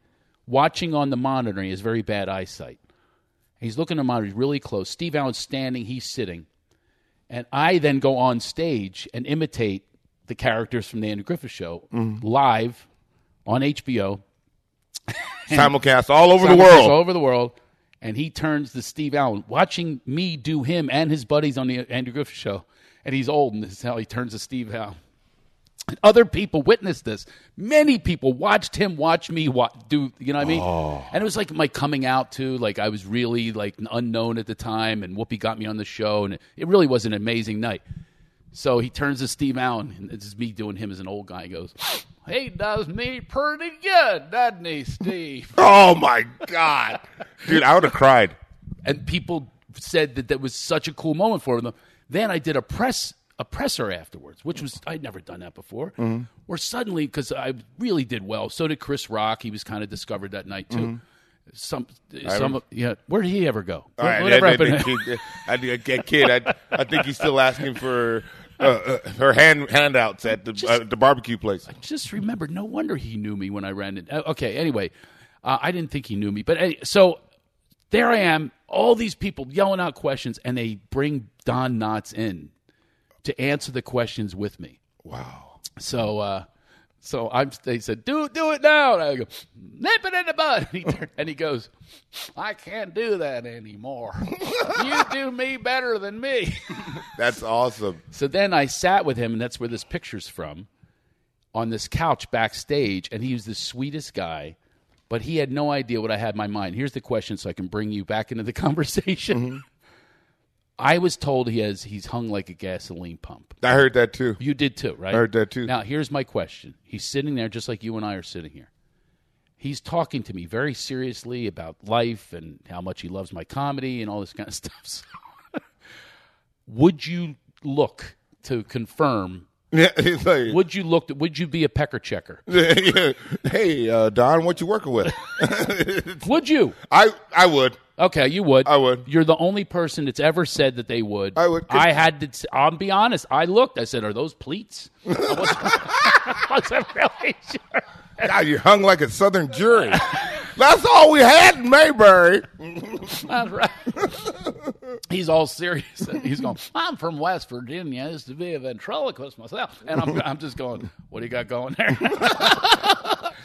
[SPEAKER 2] watching on the monitor. He has very bad eyesight. He's looking at the monitor. He's really close. Steve Allen's standing. He's sitting. And I then go on stage and imitate the characters from the Andy Griffith Show
[SPEAKER 3] Mm-hmm.
[SPEAKER 2] live on HBO
[SPEAKER 3] Simulcast all over the
[SPEAKER 2] simulcast
[SPEAKER 3] world.
[SPEAKER 2] all over the world. And he turns to Steve Allen, watching me do him and his buddies on the Andrew Griffith Show. And he's old, and this is how he turns to Steve Allen. And other people witnessed this. Many people watched him watch me wa do. You know what I mean?
[SPEAKER 3] Oh.
[SPEAKER 2] And it was like my coming out too. Like I was really like unknown at the time, and Whoopi got me on the show, and it, it really was an amazing night. So he turns to Steve Allen, and it's just me doing him as an old guy. He goes, "He does me pretty good, doesn't he, Steve?"
[SPEAKER 3] Oh my god, dude! I would have cried.
[SPEAKER 2] and people said that that was such a cool moment for them. Then I did a press a presser afterwards, which was I'd never done that before.
[SPEAKER 3] Mm-hmm.
[SPEAKER 2] Where suddenly, because I really did well, so did Chris Rock. He was kind of discovered that night too.
[SPEAKER 3] Mm-hmm.
[SPEAKER 2] Some, some, yeah. Where did he ever go?
[SPEAKER 3] All right,
[SPEAKER 2] Whatever
[SPEAKER 3] I, I,
[SPEAKER 2] happened-
[SPEAKER 3] think- I, think that kid, I, I think he's still asking for uh, uh, her hand handouts at the uh, the barbecue place.
[SPEAKER 2] just remember, no wonder he knew me when I ran it. Uh, Okay, anyway, uh, I didn't think he knew me, but any so there I am, all these people yelling out questions, and they bring Don Knotts in to answer the questions with me.
[SPEAKER 3] Wow.
[SPEAKER 2] So, uh, so I'm. They said, "Do do it now!" And I go, "Nip it in the bud." And he, turn- and he goes, "I can't do that anymore. you do me better than me."
[SPEAKER 3] That's awesome.
[SPEAKER 2] So then I sat with him, and that's where this picture's from, on this couch backstage, and he was the sweetest guy, but he had no idea what I had in my mind. Here's the question, so I can bring you back into the conversation. I was told he has he's hung like a gasoline pump.
[SPEAKER 3] I heard that too.
[SPEAKER 2] You did too, right?
[SPEAKER 3] I heard that too.
[SPEAKER 2] Now, here's my question. He's sitting there just like you and I are sitting here. He's talking to me very seriously about life and how much he loves my comedy and all this kind of stuff. So, would you look to confirm?
[SPEAKER 3] Yeah, he's like,
[SPEAKER 2] Would you look? would you be a pecker checker?
[SPEAKER 3] hey, uh, Don, what you working with?
[SPEAKER 2] Would you?
[SPEAKER 3] I I would.
[SPEAKER 2] Okay, you would.
[SPEAKER 3] I would.
[SPEAKER 2] You're the only person that's ever said that they would.
[SPEAKER 3] I would.
[SPEAKER 2] I had to. t- I'll be honest. I looked. I said, "Are those pleats?" I wasn't, I wasn't really sure.
[SPEAKER 3] God, you hung like a Southern jury. That's all we had in Mayberry.
[SPEAKER 2] That's right. He's all serious. and He's going, I'm from West Virginia. I used to be a ventriloquist myself. And I'm, I'm just going, what do you got going there?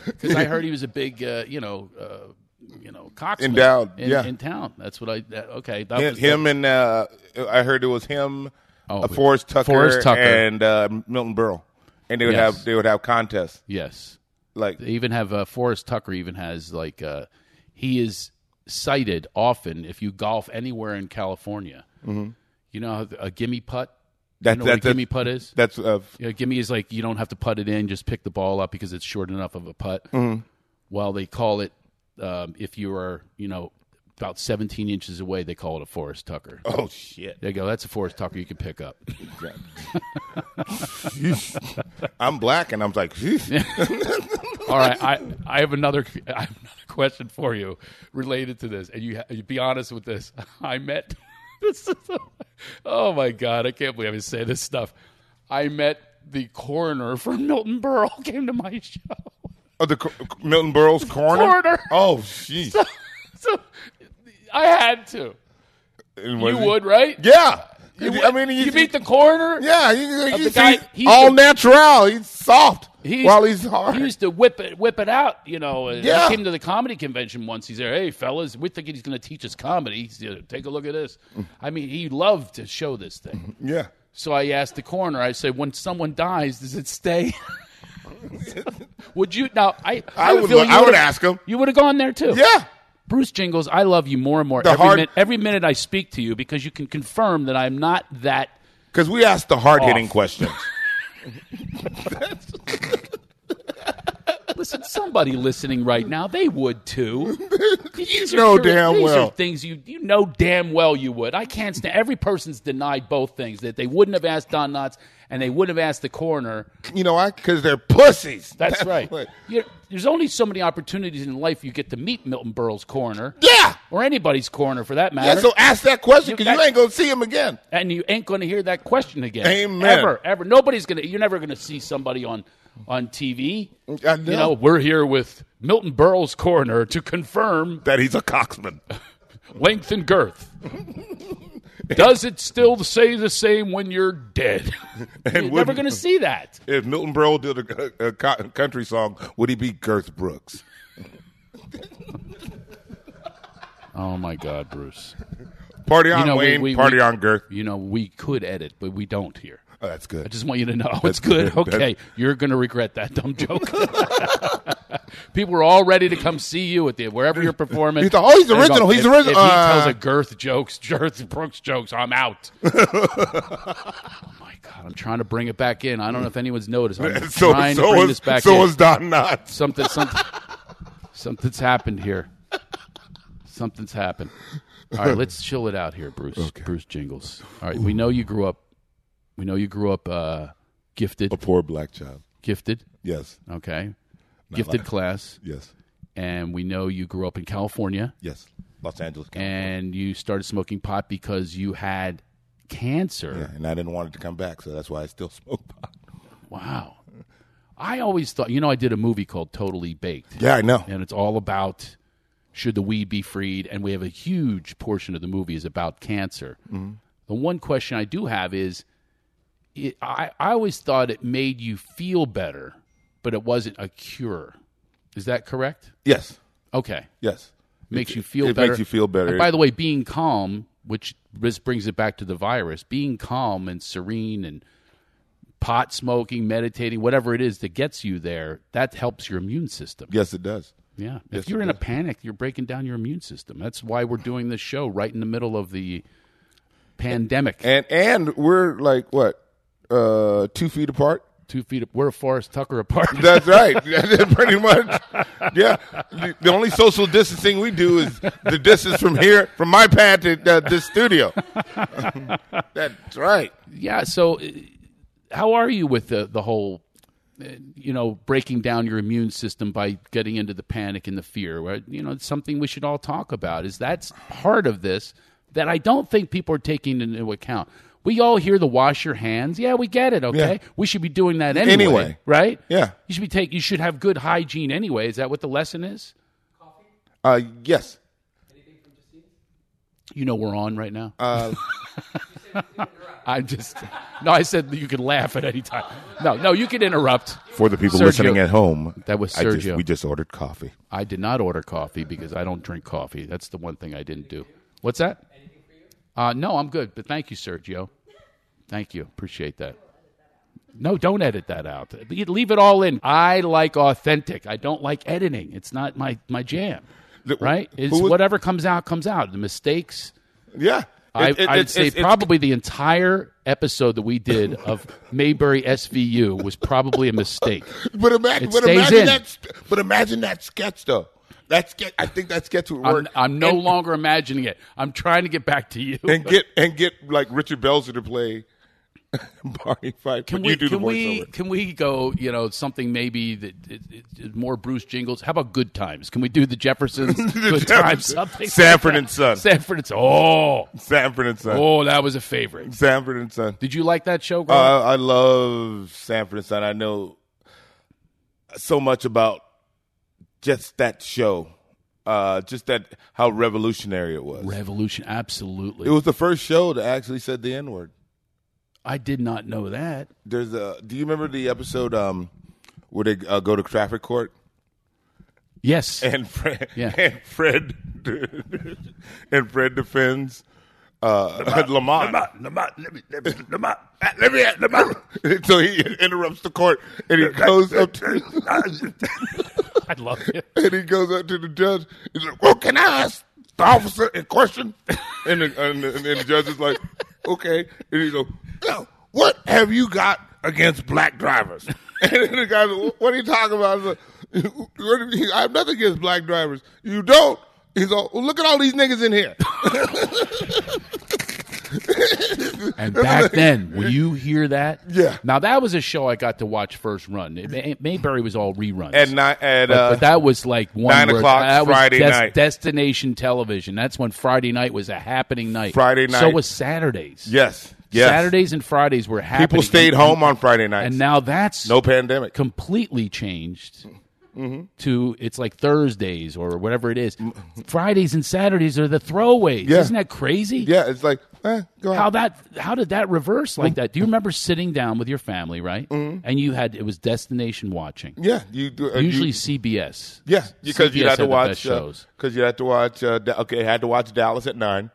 [SPEAKER 2] Because I heard he was a big, uh, you know, uh, you know, cocksmith
[SPEAKER 3] Endowed,
[SPEAKER 2] in,
[SPEAKER 3] yeah.
[SPEAKER 2] in town. That's what I, that, okay. That
[SPEAKER 3] Him,
[SPEAKER 2] was the-
[SPEAKER 3] him and uh, I heard it was him,
[SPEAKER 2] Oh,
[SPEAKER 3] uh, Forrest Tucker,
[SPEAKER 2] Forrest Tucker.
[SPEAKER 3] and uh, Milton Berle, and they would
[SPEAKER 2] Yes.
[SPEAKER 3] have they would have contests
[SPEAKER 2] yes.
[SPEAKER 3] like
[SPEAKER 2] They even have uh, Forrest Tucker even has like uh, he is cited often if you golf anywhere in California. You know how the- a gimme putt.
[SPEAKER 3] That-
[SPEAKER 2] you know
[SPEAKER 3] that-
[SPEAKER 2] what a
[SPEAKER 3] that-
[SPEAKER 2] gimme putt is.
[SPEAKER 3] Mm-hmm. that's uh,
[SPEAKER 2] you know, gimme is like you don't have to putt it in; just pick the ball up because it's short enough of a putt. While they call it, um, if you are you know about 17 inches away, they call it a Forrest Tucker.
[SPEAKER 3] oh shit.
[SPEAKER 2] They go, that's a Forrest Tucker you can pick up.
[SPEAKER 3] I'm black, and I'm like, "Phew."
[SPEAKER 2] All right, I, I have another I have another question for you related to this, and you, ha- you be honest with this. I met this is oh my god, I can't believe I say this stuff. I met the coroner from Milton Berle came to my show.
[SPEAKER 3] oh, the co- Milton Berle's corner.
[SPEAKER 2] Corner.
[SPEAKER 3] Oh, jeez.
[SPEAKER 2] So I had to.
[SPEAKER 3] And
[SPEAKER 2] You
[SPEAKER 3] was he-
[SPEAKER 2] would, right?
[SPEAKER 3] Yeah.
[SPEAKER 2] You
[SPEAKER 3] I
[SPEAKER 2] would.
[SPEAKER 3] mean,
[SPEAKER 2] you
[SPEAKER 3] he's,
[SPEAKER 2] meet the coroner.
[SPEAKER 3] Yeah, he's, he's,
[SPEAKER 2] the guy-
[SPEAKER 3] he's
[SPEAKER 2] he's
[SPEAKER 3] all
[SPEAKER 2] the-
[SPEAKER 3] natural. He's soft
[SPEAKER 2] He
[SPEAKER 3] while
[SPEAKER 2] used-
[SPEAKER 3] he's hard.
[SPEAKER 2] He used to whip it, whip it out. You know, And
[SPEAKER 3] Yeah.
[SPEAKER 2] he came to the comedy convention once. He's there. Hey, fellas, we're thinking he's going to teach us comedy. He's, you know, Take a look at this. I mean, he loved to show this thing.
[SPEAKER 3] yeah.
[SPEAKER 2] So I asked the coroner. I said, when someone dies, does it stay? would you now? I I,
[SPEAKER 3] would
[SPEAKER 2] feel
[SPEAKER 3] lo-
[SPEAKER 2] you
[SPEAKER 3] I would
[SPEAKER 2] would've-
[SPEAKER 3] ask him.
[SPEAKER 2] You would have gone there too.
[SPEAKER 3] Yeah.
[SPEAKER 2] Bruce Jingles, I love you more and more
[SPEAKER 3] The
[SPEAKER 2] every,
[SPEAKER 3] hard-
[SPEAKER 2] minute, every minute I speak to you because you can confirm that I'm not that.
[SPEAKER 3] Because we asked the hard hitting
[SPEAKER 2] Off.
[SPEAKER 3] questions.
[SPEAKER 2] Listen, somebody listening right now, they would too. These are
[SPEAKER 3] know damn
[SPEAKER 2] these
[SPEAKER 3] well.
[SPEAKER 2] are things you you know damn well you would. I can't stand. Every person's denied both things that they wouldn't have asked Don Knotts and they wouldn't have asked the coroner.
[SPEAKER 3] You know why? Because they're pussies.
[SPEAKER 2] That's, right.
[SPEAKER 3] what-
[SPEAKER 2] You're- there's only so many opportunities in life you get to meet Milton Berle's coroner.
[SPEAKER 3] Yeah.
[SPEAKER 2] Or anybody's coroner for that matter.
[SPEAKER 3] Yeah, so ask that question because
[SPEAKER 2] You-
[SPEAKER 3] you ain't going to see him again.
[SPEAKER 2] and you ain't going to hear that question again.
[SPEAKER 3] Amen.
[SPEAKER 2] Ever, ever. Nobody's going to. You're never going to see somebody on on TV.
[SPEAKER 3] I
[SPEAKER 2] You know, we're here with Milton Berle's coroner to confirm
[SPEAKER 3] that he's a coxman.
[SPEAKER 2] length and girth. Does it still say the same when you're dead? you're never
[SPEAKER 3] wouldn't-
[SPEAKER 2] going to see that.
[SPEAKER 3] If Milton Berle did a, a co- country song, would he be Girth Brooks?
[SPEAKER 2] Oh my God, Bruce.
[SPEAKER 3] Party on
[SPEAKER 2] You know, we-
[SPEAKER 3] Wayne,
[SPEAKER 2] we-
[SPEAKER 3] party
[SPEAKER 2] we-
[SPEAKER 3] on Girth.
[SPEAKER 2] You know, we could edit, but we don't here.
[SPEAKER 3] Oh, that's
[SPEAKER 2] I
[SPEAKER 3] good.
[SPEAKER 2] just want you to know it's
[SPEAKER 3] That's
[SPEAKER 2] good.
[SPEAKER 3] good.
[SPEAKER 2] Okay,
[SPEAKER 3] That's-
[SPEAKER 2] you're going to regret that dumb joke. People are all ready to come see you at the wherever you're performing.
[SPEAKER 3] He thought, "Oh, he's
[SPEAKER 2] They're
[SPEAKER 3] original.
[SPEAKER 2] going,
[SPEAKER 3] He's
[SPEAKER 2] if-
[SPEAKER 3] original."
[SPEAKER 2] If he tells
[SPEAKER 3] Uh.
[SPEAKER 2] a girth jokes, girth Brooks jokes, I'm out. oh my god, I'm trying to bring it back in. I don't know if anyone's noticed. I'm
[SPEAKER 3] So,
[SPEAKER 2] trying to
[SPEAKER 3] so,
[SPEAKER 2] bring
[SPEAKER 3] is,
[SPEAKER 2] this back
[SPEAKER 3] so
[SPEAKER 2] in.
[SPEAKER 3] is Don Knotts.
[SPEAKER 2] something, something, something's happened here. Something's happened. All right, let's chill it out here, Bruce. Bruce Jingles. All right, we know you grew up. We know you grew up uh, gifted.
[SPEAKER 3] A poor black child.
[SPEAKER 2] gifted,
[SPEAKER 3] Yes,
[SPEAKER 2] okay, gifted
[SPEAKER 3] like-
[SPEAKER 2] class,
[SPEAKER 3] yes,
[SPEAKER 2] and we know you grew up in California
[SPEAKER 3] yes. Los Angeles. County.
[SPEAKER 2] and you started smoking pot because you had
[SPEAKER 3] Yeah,
[SPEAKER 2] cancer.
[SPEAKER 3] and I didn't want it to come back, so that's why I still smoke pot.
[SPEAKER 2] Wow. I always thought, you know, I did a movie called Totally Baked,
[SPEAKER 3] Yeah, I know.
[SPEAKER 2] and it's all about should the weed be freed, and we have a huge portion of the movie is about cancer.
[SPEAKER 3] Mm-hmm.
[SPEAKER 2] The one question I do have is, it, I, I always thought it made you feel better, but it wasn't a cure. Is that correct?
[SPEAKER 3] Yes,
[SPEAKER 2] Okay.
[SPEAKER 3] yes.
[SPEAKER 2] makes you feel
[SPEAKER 3] it
[SPEAKER 2] better.
[SPEAKER 3] makes you feel better.
[SPEAKER 2] And by the way, being calm, which this brings it back to the virus, being calm and serene and pot smoking, meditating, whatever it is that gets you there, that helps your immune system.
[SPEAKER 3] Yes, it does.
[SPEAKER 2] Yeah.
[SPEAKER 3] Yes,
[SPEAKER 2] if you're
[SPEAKER 3] it
[SPEAKER 2] in a panic, you're breaking down your immune system. That's why we're doing this show right in the middle of the pandemic.
[SPEAKER 3] And and we're like what, uh, two feet apart.
[SPEAKER 2] Two feet, we're a Forrest Tucker apart.
[SPEAKER 3] That's right. Pretty much. Yeah. The- The only social distancing we do is the distance from here, from my pad to uh, this studio. That's right.
[SPEAKER 2] yeah. So, uh, how are you with the the whole, uh, you know, breaking down your immune system by getting into the panic and the fear? Right? You know, it's something we should all talk about. Is that's part of this that I don't think people are taking into account. We all hear the wash your hands. Yeah, we get it. Okay,
[SPEAKER 3] Yeah.
[SPEAKER 2] we should be doing that anyway,
[SPEAKER 3] Anyway.
[SPEAKER 2] right?
[SPEAKER 3] Yeah.
[SPEAKER 2] you should be take. You should have good hygiene anyway. Is that what the lesson is?
[SPEAKER 3] Uh, yes.
[SPEAKER 2] You know, we're on right now.
[SPEAKER 3] Uh,
[SPEAKER 2] I'm just no. I said you can laugh at any time. No, no, you can interrupt.
[SPEAKER 3] for the people
[SPEAKER 2] Sergio.
[SPEAKER 3] listening at home,
[SPEAKER 2] That was
[SPEAKER 3] I just-
[SPEAKER 2] Sergio.
[SPEAKER 3] we just ordered coffee.
[SPEAKER 2] I did not order coffee because I don't drink coffee. That's the one thing I didn't do. What's that? Uh, no, I'm good. But thank you, Sergio. Thank you. Appreciate that. No, don't edit that out. You Leave it all in. I like authentic. I don't like editing. It's not my, my jam.
[SPEAKER 3] The-
[SPEAKER 2] Right? It's
[SPEAKER 3] who was-
[SPEAKER 2] whatever comes out, comes out. The mistakes.
[SPEAKER 3] Yeah.
[SPEAKER 2] I,
[SPEAKER 3] It- it-
[SPEAKER 2] I'd
[SPEAKER 3] it's-
[SPEAKER 2] say
[SPEAKER 3] it's- it's-
[SPEAKER 2] probably the entire episode that we did of Mayberry SVU was probably a mistake.
[SPEAKER 3] But, ima-
[SPEAKER 2] it
[SPEAKER 3] but
[SPEAKER 2] stays
[SPEAKER 3] imagine
[SPEAKER 2] in.
[SPEAKER 3] that. st- But imagine that sketch though. That sketch. I think that sketch would work.
[SPEAKER 2] I'm, I'm no
[SPEAKER 3] And-
[SPEAKER 2] longer imagining it. I'm trying to get back to you.
[SPEAKER 3] and get and get like Richard Belzer to play Barney Fife.
[SPEAKER 2] can
[SPEAKER 3] but
[SPEAKER 2] we
[SPEAKER 3] you do
[SPEAKER 2] can
[SPEAKER 3] the voiceover.
[SPEAKER 2] we can we go you know something maybe that it, it, it- more Bruce Jingles? How about Good Times? Can we do the Jeffersons? good Times
[SPEAKER 3] Jeffersons.
[SPEAKER 2] something.
[SPEAKER 3] Sanford and Son.
[SPEAKER 2] Sanford and Son. Oh,
[SPEAKER 3] Sanford and Son.
[SPEAKER 2] oh, that was a favorite.
[SPEAKER 3] Sanford and Son.
[SPEAKER 2] Did you like that show? growing up?
[SPEAKER 3] Uh, I love Sanford and Son. I know so much about just that show, uh, just that how revolutionary it was.
[SPEAKER 2] Revolution. Absolutely.
[SPEAKER 3] it was the first show that actually said the N word.
[SPEAKER 2] I did not know that.
[SPEAKER 3] There's a. Do you remember the episode um, where they uh, go to traffic court?
[SPEAKER 2] Yes.
[SPEAKER 3] and Fred
[SPEAKER 2] Yeah.
[SPEAKER 3] and Fred and Fred defends uh, Lamont.
[SPEAKER 5] Lamont, let me, let me, Lamont.
[SPEAKER 3] Let me at Lamont. so he interrupts the court and he goes up to
[SPEAKER 2] I love it.
[SPEAKER 3] and he goes up to the judge. He's like, "Well, can I ask the officer a question?" And the, and the, and the judge is like, "Okay." And he goes, "No, what have you got against black drivers?" And then the guy, "What are you talking about?" He's like, What do you mean? I have nothing against black drivers. You don't. He's all, "Well, look at all these niggas in here.
[SPEAKER 2] And back then, when you hear that,
[SPEAKER 3] Yeah.
[SPEAKER 2] Now that was a show I got to watch first run. It- May- Mayberry was all reruns.
[SPEAKER 3] At ni- at,
[SPEAKER 2] but,
[SPEAKER 3] uh,
[SPEAKER 2] but that was like one
[SPEAKER 3] nine
[SPEAKER 2] where-
[SPEAKER 3] o'clock
[SPEAKER 2] that was
[SPEAKER 3] Friday night.
[SPEAKER 2] Destination television. That's when Friday night was a happening night.
[SPEAKER 3] Friday
[SPEAKER 2] So
[SPEAKER 3] night.
[SPEAKER 2] was Saturdays.
[SPEAKER 3] yes. Yes.
[SPEAKER 2] Saturdays and Fridays were happening.
[SPEAKER 3] People stayed
[SPEAKER 2] And-
[SPEAKER 3] home on Friday nights.
[SPEAKER 2] and now that's
[SPEAKER 3] no Mm-hmm. pandemic.
[SPEAKER 2] completely changed to it's like Thursdays or whatever it is. Fridays and Saturdays are the throwaways.
[SPEAKER 3] Yeah.
[SPEAKER 2] Isn't that crazy?
[SPEAKER 3] Yeah, it's like, eh, go
[SPEAKER 2] How
[SPEAKER 3] out.
[SPEAKER 2] that? How did that reverse like that? Do you remember sitting down with your family, right? And you had it was destination watching,
[SPEAKER 3] Mm-hmm. Yeah, you do. uh, you-
[SPEAKER 2] usually CBS.
[SPEAKER 3] Yeah, because
[SPEAKER 2] CBS
[SPEAKER 3] you had to
[SPEAKER 2] had the
[SPEAKER 3] watch
[SPEAKER 2] best shows.
[SPEAKER 3] Because you had to watch. Uh, Da- okay, had to watch Dallas at nine.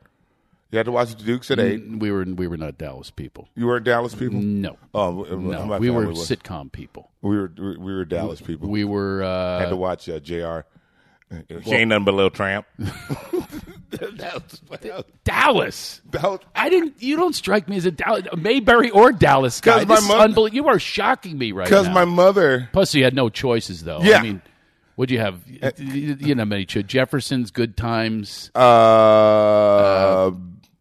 [SPEAKER 3] You had to watch the Dukes at eight.
[SPEAKER 2] We were we were not Dallas people.
[SPEAKER 3] You weren't Dallas people.
[SPEAKER 2] No,
[SPEAKER 3] Oh, w- w-
[SPEAKER 2] Mm. no,
[SPEAKER 3] my
[SPEAKER 2] we were
[SPEAKER 3] family was.
[SPEAKER 2] sitcom people.
[SPEAKER 3] We were we we were Dallas people.
[SPEAKER 2] We were uh,
[SPEAKER 3] had to watch uh, Jr. She ain't nothing but a little tramp.
[SPEAKER 2] Dallas.
[SPEAKER 3] Dallas-
[SPEAKER 2] I didn't. You don't strike me as a Dallas, Mayberry or Dallas guy.
[SPEAKER 3] 'Cause my
[SPEAKER 2] This is
[SPEAKER 3] mo-
[SPEAKER 2] unbelievable. You are shocking me right now.
[SPEAKER 3] Because my mother,
[SPEAKER 2] Plus, you had no choices, though.
[SPEAKER 3] Yeah.
[SPEAKER 2] I mean, what'd you have? You- You you know, many cho- Jefferson's Good Times.
[SPEAKER 3] uh, uh,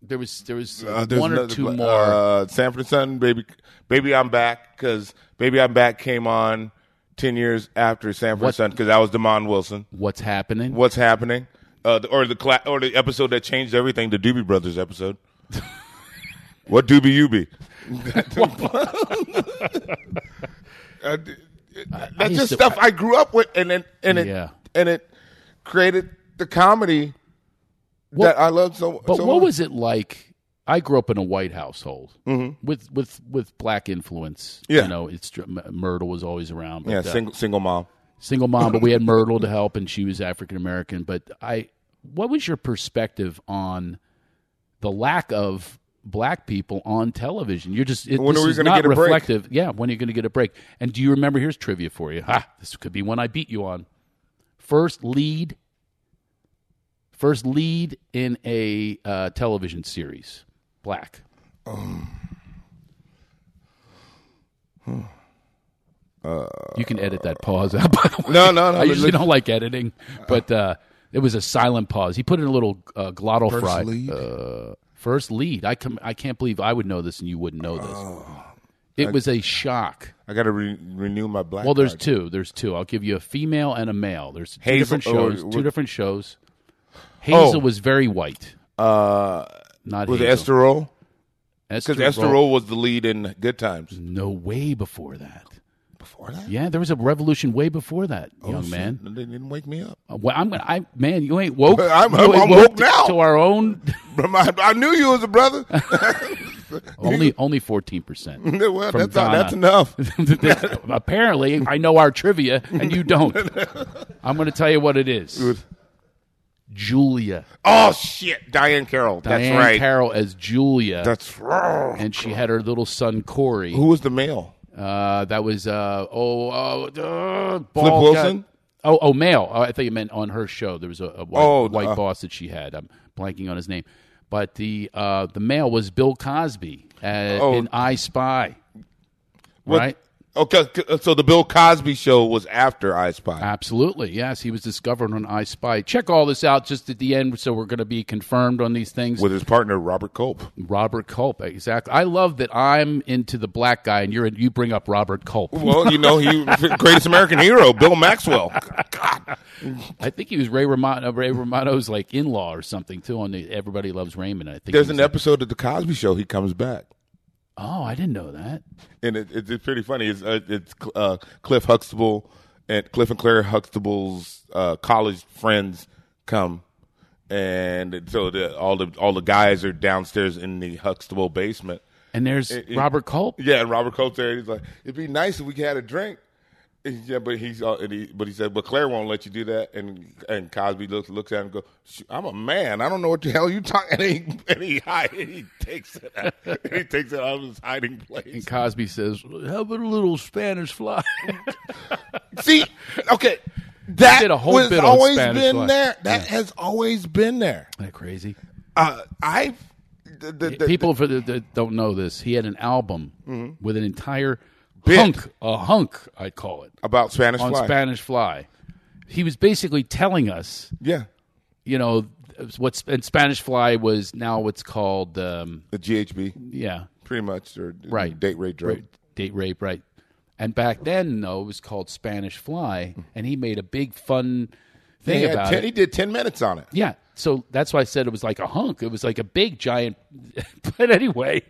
[SPEAKER 2] There was there was
[SPEAKER 3] there's
[SPEAKER 2] one or
[SPEAKER 3] another
[SPEAKER 2] two
[SPEAKER 3] pla-
[SPEAKER 2] more.
[SPEAKER 3] Uh, Sanford and Son, baby, baby, I'm back. Because baby, I'm back came on ten years after Sanford and
[SPEAKER 2] What-
[SPEAKER 3] Son. Because that was Demond Wilson.
[SPEAKER 2] What's happening?
[SPEAKER 3] what's happening, uh, the, or the cla- or the episode that changed everything, the Doobie Brothers episode. what Doobie you be? Uh, d-
[SPEAKER 2] I
[SPEAKER 3] That's
[SPEAKER 2] used
[SPEAKER 3] just
[SPEAKER 2] to-
[SPEAKER 3] stuff I grew up with, and it, and it
[SPEAKER 2] Yeah.
[SPEAKER 3] and it created the comedy that I loved so.
[SPEAKER 2] But
[SPEAKER 3] so
[SPEAKER 2] what
[SPEAKER 3] much.
[SPEAKER 2] was it like? I grew up in a white household with with with black influence.
[SPEAKER 3] Mm-hmm. Yeah.
[SPEAKER 2] You know, it's dr- M- Myrtle was always around. But,
[SPEAKER 3] Yeah,
[SPEAKER 2] uh,
[SPEAKER 3] single single mom.
[SPEAKER 2] single mom, but we had Myrtle to help, and she was African American. But I, what was your perspective on the lack of black people on television? You're just it,
[SPEAKER 3] When
[SPEAKER 2] this
[SPEAKER 3] are we
[SPEAKER 2] is
[SPEAKER 3] gonna
[SPEAKER 2] not
[SPEAKER 3] get a break?
[SPEAKER 2] reflective. Yeah, when are you going to get a break? And do you remember? Here's trivia for you. Ha, this could be one I beat you on. First lead, first lead in a uh, television series, black.
[SPEAKER 3] Um.
[SPEAKER 2] You can edit that pause out. By the way.
[SPEAKER 3] No, no, no,
[SPEAKER 2] I
[SPEAKER 3] but
[SPEAKER 2] usually
[SPEAKER 3] look-
[SPEAKER 2] don't like editing, but uh, it was a silent pause. He put in a little uh, glottal
[SPEAKER 6] First
[SPEAKER 2] fry.
[SPEAKER 6] lead?
[SPEAKER 2] Uh, first lead. I com- I can't believe I would know this and you wouldn't know this.
[SPEAKER 3] Oh.
[SPEAKER 2] it was a shock.
[SPEAKER 3] I got to re- renew my black.
[SPEAKER 2] Well, there's
[SPEAKER 3] card.
[SPEAKER 2] two. There's two. I'll give you a female and a male. There's two
[SPEAKER 3] Hazel-
[SPEAKER 2] different shows.
[SPEAKER 3] or-
[SPEAKER 2] two different shows. Hazel
[SPEAKER 3] Oh.
[SPEAKER 2] was very white.
[SPEAKER 3] Uh,
[SPEAKER 2] Not
[SPEAKER 3] was it
[SPEAKER 2] Hazel.
[SPEAKER 3] Esther Roll? Because
[SPEAKER 2] Esther
[SPEAKER 3] Esther
[SPEAKER 2] Roll- Mm.
[SPEAKER 3] Roll was the lead in Good Times.
[SPEAKER 2] No way before that.
[SPEAKER 3] Before that,
[SPEAKER 2] Yeah, there was a revolution way before that,
[SPEAKER 3] Oh,
[SPEAKER 2] young man.
[SPEAKER 3] they didn't wake me up.
[SPEAKER 2] Uh, Well, I'm gonna, I man, you ain't woke.
[SPEAKER 3] I'm-
[SPEAKER 2] You
[SPEAKER 3] I'm-
[SPEAKER 2] ain't
[SPEAKER 3] I'm woke
[SPEAKER 2] to,
[SPEAKER 3] now.
[SPEAKER 2] To our own,
[SPEAKER 3] I, I knew you was a brother.
[SPEAKER 2] only only fourteen percent.
[SPEAKER 3] well,
[SPEAKER 2] From
[SPEAKER 3] that's, not,
[SPEAKER 2] Ghana.
[SPEAKER 3] that's enough.
[SPEAKER 2] Apparently, I know our trivia and you don't. I'm going to tell you what it is. Julia,
[SPEAKER 3] Oh shit, Diane Carroll.
[SPEAKER 2] Diane
[SPEAKER 3] that's right.
[SPEAKER 2] Carroll as Julia,
[SPEAKER 3] That's right.
[SPEAKER 2] and she had her little son Corey.
[SPEAKER 3] Who was the male?
[SPEAKER 2] Uh, that was uh oh oh uh, ball
[SPEAKER 3] Flip
[SPEAKER 2] guy.
[SPEAKER 3] Wilson?
[SPEAKER 2] Oh oh male. Oh, I thought you meant on her show. There was a, a white,
[SPEAKER 3] Oh,
[SPEAKER 2] white
[SPEAKER 3] uh,
[SPEAKER 2] boss that she had. I'm blanking on his name, but the uh, the male was Bill Cosby uh,
[SPEAKER 3] Oh.
[SPEAKER 2] in I Spy.
[SPEAKER 3] What-
[SPEAKER 2] Right.
[SPEAKER 3] Okay, c- uh, so the Bill Cosby show was after I Spy.
[SPEAKER 2] Absolutely, yes. He was discovered on I Spy. Check all this out just at the end, so we're going to be confirmed on these things.
[SPEAKER 3] with his partner Robert Culp.
[SPEAKER 2] Robert Culp, exactly. I love that I'm into the black guy, and you're you bring up Robert Culp.
[SPEAKER 3] Well, you know, he greatest American hero, Bill Maxwell.
[SPEAKER 2] I think he was Ray Romano, Ray Romano's like in law or something too. On the Everybody Loves Raymond, I think. he
[SPEAKER 3] There's
[SPEAKER 2] was
[SPEAKER 3] an
[SPEAKER 2] like-
[SPEAKER 3] episode of the Cosby Show. He comes back,
[SPEAKER 2] oh, I didn't know that.
[SPEAKER 3] and it, it's it's pretty funny. It's uh, it's uh, Cliff Huxtable and Cliff and Claire Huxtable's uh, college friends come, and so the, all the all the guys are downstairs in the Huxtable basement.
[SPEAKER 2] And there's
[SPEAKER 3] it-
[SPEAKER 2] Robert Culp.
[SPEAKER 3] Yeah, and Robert Coates there. He's like, it'd be nice if we had a drink. And Yeah, but he's all, and he, but he said, but Claire won't let you do that. And and Cosby looks looks at him and goes, "Sh- I'm a man. I don't know what the hell you talking. And he and he, hide, and he takes it out. he takes it out of his hiding place.
[SPEAKER 2] And Cosby says, "How about a little Spanish fly?"
[SPEAKER 3] See, okay, that
[SPEAKER 2] did a whole
[SPEAKER 3] was
[SPEAKER 2] bit on
[SPEAKER 3] always
[SPEAKER 2] Spanish
[SPEAKER 3] been
[SPEAKER 2] Life.
[SPEAKER 3] there. That has always been there.
[SPEAKER 2] Isn't that crazy?
[SPEAKER 3] Uh, I've the, the, the,
[SPEAKER 2] People for the, that don't know this. He had an album with an entire
[SPEAKER 3] bit
[SPEAKER 2] hunk, a hunk, I call it,
[SPEAKER 3] about Spanish
[SPEAKER 2] on
[SPEAKER 3] fly.
[SPEAKER 2] Spanish fly. He was basically telling us,
[SPEAKER 3] yeah,
[SPEAKER 2] you know, what's and Spanish fly was now what's called, um,
[SPEAKER 3] the GHB,
[SPEAKER 2] yeah,
[SPEAKER 3] pretty much, or
[SPEAKER 2] Right.
[SPEAKER 3] date rape drug.
[SPEAKER 2] Right, date rape, right? And back then, though, it was called Spanish fly, and he made a big fun thing
[SPEAKER 3] He, had
[SPEAKER 2] about
[SPEAKER 3] 10 he
[SPEAKER 2] it.
[SPEAKER 3] did ten minutes on it.
[SPEAKER 2] Yeah, so that's why I said it was like a hunk. It was like a big giant. but anyway,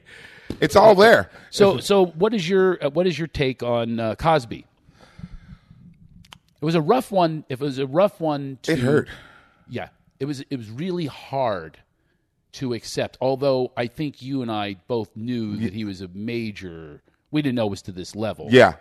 [SPEAKER 3] It's all there.
[SPEAKER 2] so so what is your uh, what is your take on uh, Cosby? It was a rough one. If it was a rough one, to,
[SPEAKER 3] It hurt.
[SPEAKER 2] Yeah, it was. It was really hard to accept. Although I think you and I both knew that he was a major. We didn't know it was to this level.
[SPEAKER 3] Yeah,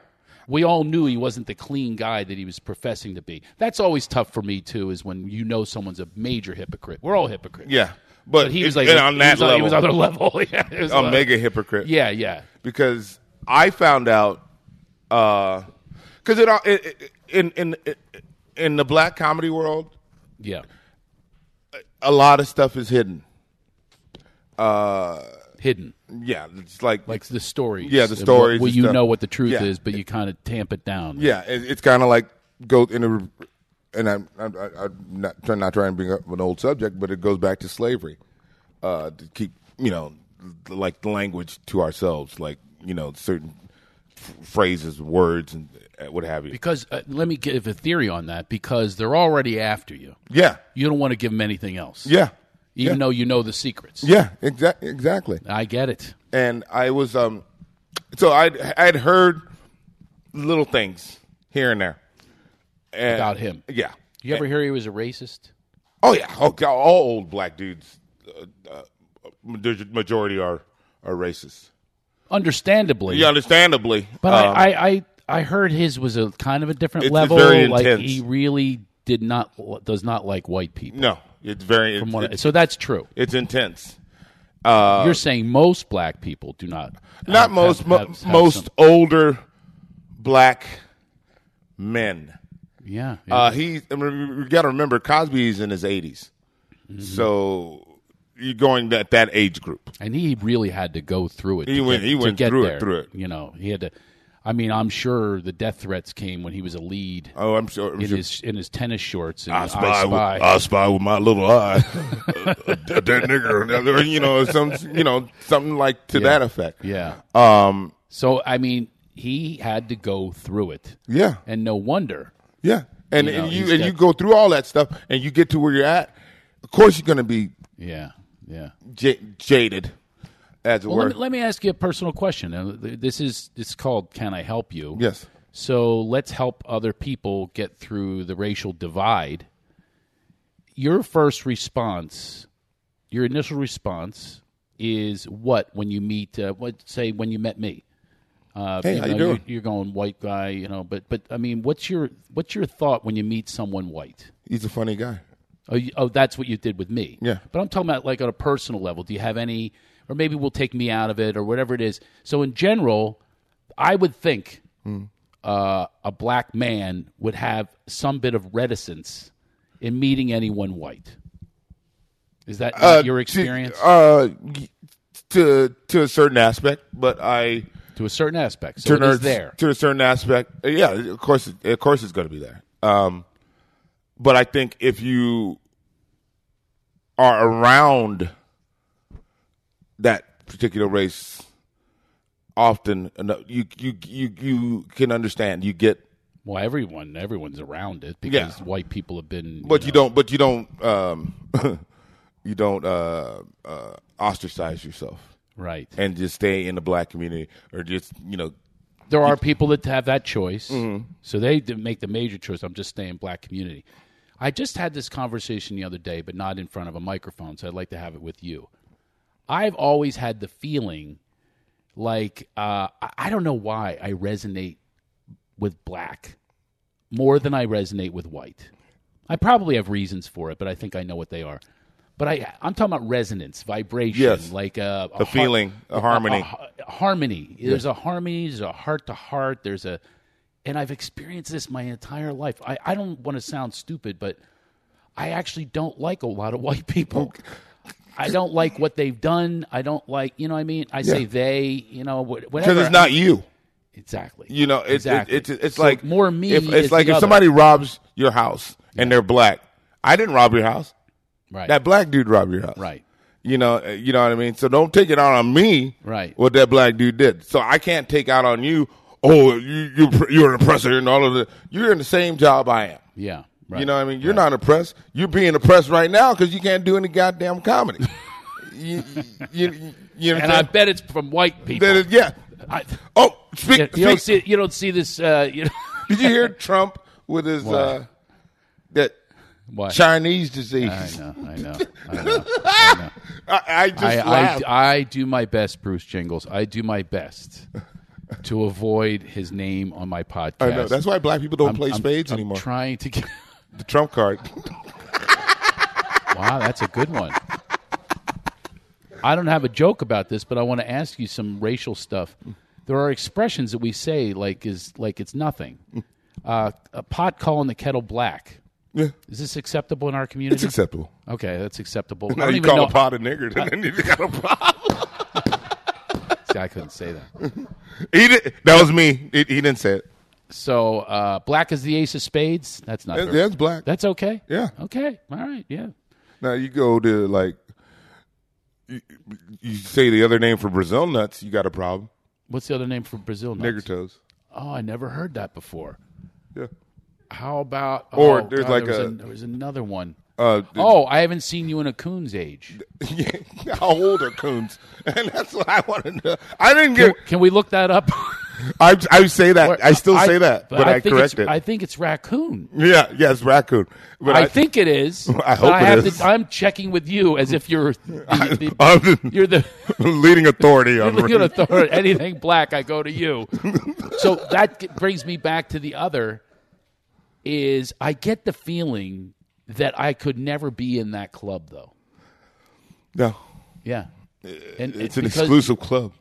[SPEAKER 2] we all knew he wasn't the clean guy that he was professing to be. That's always tough for me too. Is when you know someone's a major hypocrite. We're all hypocrites.
[SPEAKER 3] yeah.
[SPEAKER 2] but he was
[SPEAKER 3] it-
[SPEAKER 2] like
[SPEAKER 3] and on
[SPEAKER 2] he
[SPEAKER 3] that
[SPEAKER 2] was he was
[SPEAKER 3] level,
[SPEAKER 2] other level. yeah, it was
[SPEAKER 3] a
[SPEAKER 2] like-
[SPEAKER 3] mega hypocrite.
[SPEAKER 2] Yeah, yeah.
[SPEAKER 3] because I found out because it all it, it, in in in the black comedy world,
[SPEAKER 2] Yeah.
[SPEAKER 3] a lot of stuff is hidden. Uh,
[SPEAKER 2] Hidden.
[SPEAKER 3] yeah, it's like
[SPEAKER 2] Like the stories.
[SPEAKER 3] Yeah, the
[SPEAKER 2] of
[SPEAKER 3] stories
[SPEAKER 2] What, well,
[SPEAKER 3] and
[SPEAKER 2] you
[SPEAKER 3] stuff.
[SPEAKER 2] know what the truth
[SPEAKER 3] Yeah.
[SPEAKER 2] is, but you kind of tamp it down.
[SPEAKER 3] yeah, it, it's kind of like go in the and I'm, I'm, I'm not trying not trying to bring up an old subject, but it goes back to slavery. Uh, to keep you know like the language to ourselves, like you know certain f- phrases, words, and what have you.
[SPEAKER 2] Because uh, let me give a theory on that. Because they're already after you.
[SPEAKER 3] yeah,
[SPEAKER 2] You don't want to give them anything else.
[SPEAKER 3] yeah,
[SPEAKER 2] Even
[SPEAKER 3] yeah.
[SPEAKER 2] though you know the secrets.
[SPEAKER 3] Yeah, exactly, exactly.
[SPEAKER 2] I get it.
[SPEAKER 3] And I was um, so I I had heard little things here and there And-
[SPEAKER 2] About him.
[SPEAKER 3] Yeah.
[SPEAKER 2] You ever hear he was a racist?
[SPEAKER 3] Oh yeah. Oh, God, all old black dudes, uh, uh, major- majority are are racist.
[SPEAKER 2] Understandably.
[SPEAKER 3] Yeah, understandably.
[SPEAKER 2] But
[SPEAKER 3] Um,
[SPEAKER 2] I, I, I, I heard his was a kind of a different
[SPEAKER 3] It's- it's
[SPEAKER 2] level.
[SPEAKER 3] very
[SPEAKER 2] like
[SPEAKER 3] intense.
[SPEAKER 2] he really did not does not like white people.
[SPEAKER 3] no, it's very
[SPEAKER 2] From what I-
[SPEAKER 3] it's,
[SPEAKER 2] so that's true.
[SPEAKER 3] it's intense.
[SPEAKER 2] You're saying most black people do not.
[SPEAKER 3] Not
[SPEAKER 2] have-
[SPEAKER 3] most
[SPEAKER 2] have-
[SPEAKER 3] mo-
[SPEAKER 2] have- have
[SPEAKER 3] most
[SPEAKER 2] some-
[SPEAKER 3] older black men.
[SPEAKER 2] yeah. yeah.
[SPEAKER 3] Uh, he, I mean, you got to remember, Cosby's in his 80s.
[SPEAKER 2] Mm-hmm.
[SPEAKER 3] So you're going that that age group.
[SPEAKER 2] and he really had to go through it.
[SPEAKER 3] He
[SPEAKER 2] to
[SPEAKER 3] went-
[SPEAKER 2] get-
[SPEAKER 3] he
[SPEAKER 2] to
[SPEAKER 3] went
[SPEAKER 2] get
[SPEAKER 3] through it,
[SPEAKER 2] there.
[SPEAKER 3] through it.
[SPEAKER 2] You know, he had to. I mean, I'm sure the death threats came when he was a lead
[SPEAKER 3] Oh, I'm sure. I'm
[SPEAKER 2] in
[SPEAKER 3] sure.
[SPEAKER 2] his in his tennis shorts and
[SPEAKER 3] I
[SPEAKER 2] his
[SPEAKER 3] spy, uh,
[SPEAKER 2] I
[SPEAKER 3] With,
[SPEAKER 2] spy.
[SPEAKER 3] I spy with my little eye. that nigger, you know, some, you know, something like to that effect.
[SPEAKER 2] yeah.
[SPEAKER 3] Um.
[SPEAKER 2] So I mean, he had to go through it,
[SPEAKER 3] Yeah.
[SPEAKER 2] and no wonder.
[SPEAKER 3] Yeah. And
[SPEAKER 2] You know,
[SPEAKER 3] and you
[SPEAKER 2] he's
[SPEAKER 3] and
[SPEAKER 2] got-
[SPEAKER 3] you go through all that stuff, and you get to where you're at. Of course, you're going to be
[SPEAKER 2] Yeah. Yeah.
[SPEAKER 3] j- jaded, as it
[SPEAKER 2] Well,
[SPEAKER 3] were.
[SPEAKER 2] let me, let me ask you a personal question. Uh, th- This is it's called "Can I help you?"
[SPEAKER 3] yes.
[SPEAKER 2] So let's help other people get through the racial divide. Your first response, your initial response, is what when you meet? Uh, what say when you met me? Uh,
[SPEAKER 3] Hey, how you
[SPEAKER 2] know,
[SPEAKER 3] doing?
[SPEAKER 2] You're, you're going white guy, you know. But but I mean, what's your what's your thought when you meet someone white?
[SPEAKER 3] He's a funny guy.
[SPEAKER 2] Oh, you, oh, that's what you did with me.
[SPEAKER 3] Yeah.
[SPEAKER 2] But I'm talking about like on a personal level. Do you have any, or maybe we'll take me out of it, or whatever it is. So in general, I would think
[SPEAKER 3] Hmm.
[SPEAKER 2] uh, a black man would have some bit of reticence in meeting anyone white. Is that not
[SPEAKER 3] Uh,
[SPEAKER 2] your
[SPEAKER 3] to-
[SPEAKER 2] experience to,
[SPEAKER 3] uh, y- to to a certain aspect, but I
[SPEAKER 2] a certain aspect? So
[SPEAKER 3] to,
[SPEAKER 2] it is
[SPEAKER 3] a-
[SPEAKER 2] there.
[SPEAKER 3] to a certain aspect. uh, Yeah, of course, it- of course, it's going to be there. Um, but I think if you are around that particular race often enough, you you you you can understand. You get,
[SPEAKER 2] Well, everyone, everyone's around it because
[SPEAKER 3] Yeah.
[SPEAKER 2] white people have been.
[SPEAKER 3] but you,
[SPEAKER 2] know-
[SPEAKER 3] don't, but you don't, um, you don't uh, uh, ostracize yourself.
[SPEAKER 2] right.
[SPEAKER 3] and just stay in the black community or just you Mm-hmm. know
[SPEAKER 2] there are people that have that choice. So they d- make the major choice. I'm just staying black community. I just had this conversation the other day, but not in front of a microphone. So I'd like to have it with you. I've always had the feeling like uh, I- I don't know why I resonate with black more than I resonate with white. I probably have reasons for it, but I think I know what they are. But I, I'm talking about resonance, vibration,
[SPEAKER 3] Yes.
[SPEAKER 2] like a, a har-
[SPEAKER 3] a feeling a harmony
[SPEAKER 2] a- a harmony. There's a harmony. There's a heart to heart. There's a, and I've experienced this my entire life. I, I don't want to sound stupid, but I actually don't like a lot of white people.
[SPEAKER 3] Oh.
[SPEAKER 2] I don't like what they've done. I don't like, you know what I mean? I say they, you know, wh- whatever.
[SPEAKER 3] because it's not you
[SPEAKER 2] Exactly.
[SPEAKER 3] You know, it,
[SPEAKER 2] Exactly.
[SPEAKER 3] it, it's it's
[SPEAKER 2] So
[SPEAKER 3] like
[SPEAKER 2] more me
[SPEAKER 3] If,
[SPEAKER 2] is
[SPEAKER 3] it's like
[SPEAKER 2] the
[SPEAKER 3] if
[SPEAKER 2] other.
[SPEAKER 3] somebody robs your house and they're black. I didn't rob your house.
[SPEAKER 2] right.
[SPEAKER 3] That black dude robbed your house.
[SPEAKER 2] right.
[SPEAKER 3] You know, uh, you know what I mean. So don't take it out on me.
[SPEAKER 2] Right.
[SPEAKER 3] What that black dude did. So I can't take out on you. Oh, you you you're an oppressor and all of the. You're in the same job I am.
[SPEAKER 2] Yeah. Right.
[SPEAKER 3] You know what I mean? You're not oppressed. You're being oppressed right now because you can't do any goddamn comedy. you, you, you, you know
[SPEAKER 2] And I bet it's from white people.
[SPEAKER 3] that is, yeah.
[SPEAKER 2] I-
[SPEAKER 3] Oh, speak.
[SPEAKER 2] you, you don't
[SPEAKER 3] speak.
[SPEAKER 2] see you don't see this. Uh, you know,
[SPEAKER 3] Did you hear Trump with his uh, that
[SPEAKER 2] what?
[SPEAKER 3] Chinese disease?
[SPEAKER 2] I
[SPEAKER 3] I,
[SPEAKER 2] know. I know. I know.
[SPEAKER 3] I, just
[SPEAKER 2] I, I,
[SPEAKER 3] laughed.
[SPEAKER 2] I do my best, Bruce Jingles. I do my best to avoid his name on my podcast.
[SPEAKER 3] I know. That's why black people don't
[SPEAKER 2] I'm-
[SPEAKER 3] play
[SPEAKER 2] I'm-
[SPEAKER 3] spades
[SPEAKER 2] I'm
[SPEAKER 3] anymore.
[SPEAKER 2] Trying to get.
[SPEAKER 3] the Trump card.
[SPEAKER 2] Wow, that's a good one. I don't have a joke about this, but I want to ask you some racial stuff. There are expressions that we say like is like it's nothing. Uh, a pot calling the kettle black.
[SPEAKER 3] yeah,
[SPEAKER 2] Is this acceptable in our community?
[SPEAKER 3] it's acceptable.
[SPEAKER 2] Okay, that's acceptable. I
[SPEAKER 3] Now
[SPEAKER 2] don't
[SPEAKER 3] you
[SPEAKER 2] even
[SPEAKER 3] call
[SPEAKER 2] know.
[SPEAKER 3] a pot a nigger, and then you got a problem.
[SPEAKER 2] See, I couldn't say that.
[SPEAKER 3] he did, that was me. He, he didn't say it.
[SPEAKER 2] So uh, black is the ace of spades. That's not.
[SPEAKER 3] That-
[SPEAKER 2] very-
[SPEAKER 3] That's black.
[SPEAKER 2] That's okay.
[SPEAKER 3] Yeah.
[SPEAKER 2] Okay. All right. Yeah.
[SPEAKER 3] Now you go to like you, you say the other name for Brazil nuts, you got a problem.
[SPEAKER 2] What's the other name for Brazil nuts?
[SPEAKER 3] Nigger toes.
[SPEAKER 2] Oh, I never heard that before.
[SPEAKER 3] Yeah.
[SPEAKER 2] How about?
[SPEAKER 3] Or
[SPEAKER 2] oh,
[SPEAKER 3] there's
[SPEAKER 2] God,
[SPEAKER 3] like
[SPEAKER 2] there was
[SPEAKER 3] a-
[SPEAKER 2] there was another one.
[SPEAKER 3] Uh, d-
[SPEAKER 2] Oh, I haven't seen you in a coon's age.
[SPEAKER 3] yeah, how old are coons? And that's what I want to know. I didn't
[SPEAKER 2] Can,
[SPEAKER 3] get.
[SPEAKER 2] can we look that up?
[SPEAKER 3] I, I say that. I still say that, but I,
[SPEAKER 2] think it's-
[SPEAKER 3] correct it.
[SPEAKER 2] I think it's raccoon.
[SPEAKER 3] yeah, yes, raccoon. But
[SPEAKER 2] I, think it is.
[SPEAKER 3] I
[SPEAKER 2] but
[SPEAKER 3] hope
[SPEAKER 2] I
[SPEAKER 3] it
[SPEAKER 2] have
[SPEAKER 3] is.
[SPEAKER 2] To, I'm checking with you as if you're the, the-
[SPEAKER 3] I'm the
[SPEAKER 2] you're the
[SPEAKER 3] leading authority
[SPEAKER 2] you're
[SPEAKER 3] on
[SPEAKER 2] looking
[SPEAKER 3] race.
[SPEAKER 2] at the- anything black. I go to you. so that g- brings me back to the other. Is I get the feeling that I could never be in that club though.
[SPEAKER 3] No,
[SPEAKER 2] Yeah, and
[SPEAKER 3] Uh, it's
[SPEAKER 2] it- because-
[SPEAKER 3] an exclusive club.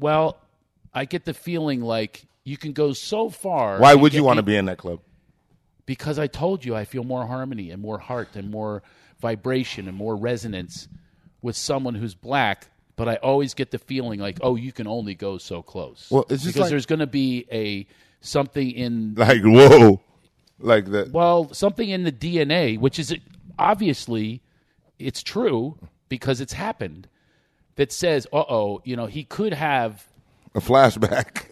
[SPEAKER 2] Well, I get the feeling like you can go so far.
[SPEAKER 3] Why
[SPEAKER 2] and
[SPEAKER 3] would
[SPEAKER 2] get
[SPEAKER 3] you want to
[SPEAKER 2] me-
[SPEAKER 3] be in that club?
[SPEAKER 2] because I told you I feel more harmony and more heart and more vibration and more resonance with someone who's black. But I always get the feeling like, oh, you can only go so close.
[SPEAKER 3] Well, it's just
[SPEAKER 2] because
[SPEAKER 3] like-
[SPEAKER 2] there's going to be a something in
[SPEAKER 3] Like whoa, like that.
[SPEAKER 2] well, something in the DNA, which is obviously it's true because it's happened, that says, uh oh, you know, he could have
[SPEAKER 3] a flashback.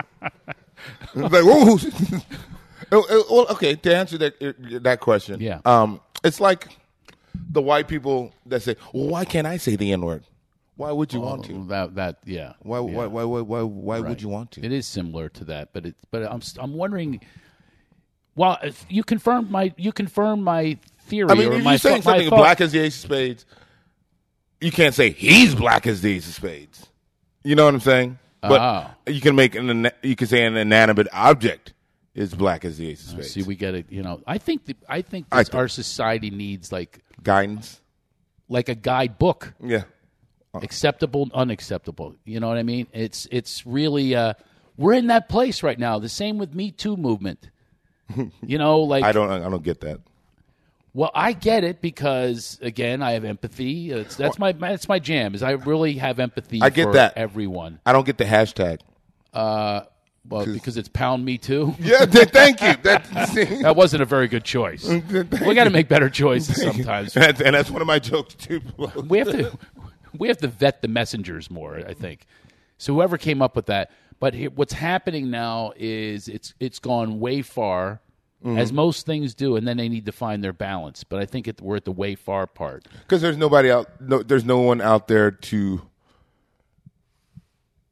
[SPEAKER 3] it's like whoa. Oh, oh, well, okay. To answer that that question,
[SPEAKER 2] Yeah.
[SPEAKER 3] um, it's like the white people that say, "Well, why can't I say the N word? Why would you want to?
[SPEAKER 2] that that yeah.
[SPEAKER 3] Why,
[SPEAKER 2] yeah.
[SPEAKER 3] why, why, why, why, why would you want to?"
[SPEAKER 2] It is similar to that, but it, but I'm st- I'm wondering. Well, if you confirmed my you confirmed my theory.
[SPEAKER 3] I mean,
[SPEAKER 2] or
[SPEAKER 3] if
[SPEAKER 2] my
[SPEAKER 3] you're saying
[SPEAKER 2] thought- my
[SPEAKER 3] something
[SPEAKER 2] thought-
[SPEAKER 3] black as the ace of spades, you can't say he's black as the ace of spades. You know what I'm saying? But
[SPEAKER 2] Ah.
[SPEAKER 3] you can make an ina- you can say an inanimate object is black as the ace of spades.
[SPEAKER 2] See, we get it. You know, I think the, I think
[SPEAKER 3] I
[SPEAKER 2] this,
[SPEAKER 3] think-
[SPEAKER 2] our society needs like
[SPEAKER 3] Guidance.
[SPEAKER 2] like a guidebook,
[SPEAKER 3] Yeah. Uh.
[SPEAKER 2] acceptable, unacceptable. You know what I mean? It's it's really uh, we're in that place right now. The same with Me Too movement. You know, like
[SPEAKER 3] I don't I don't get that.
[SPEAKER 2] Well, I get it because again, I have empathy. It's, that's my that's my jam. Is I really have empathy.
[SPEAKER 3] I get
[SPEAKER 2] for
[SPEAKER 3] that.
[SPEAKER 2] everyone.
[SPEAKER 3] I don't get the hashtag.
[SPEAKER 2] Uh, Well, because it's pound me too.
[SPEAKER 3] Yeah, th- thank you. That, see,
[SPEAKER 2] That wasn't a very good choice. we got to make better choices sometimes.
[SPEAKER 3] and, and that's one of my jokes too.
[SPEAKER 2] We have to we have to vet the messengers more. I think. So whoever came up with that, but he- what's happening now is it's it's gone way far. As most things do, and then they need to find their balance. But I think it, we're at the way far part.
[SPEAKER 3] Because there's nobody out. No, there's no one out there to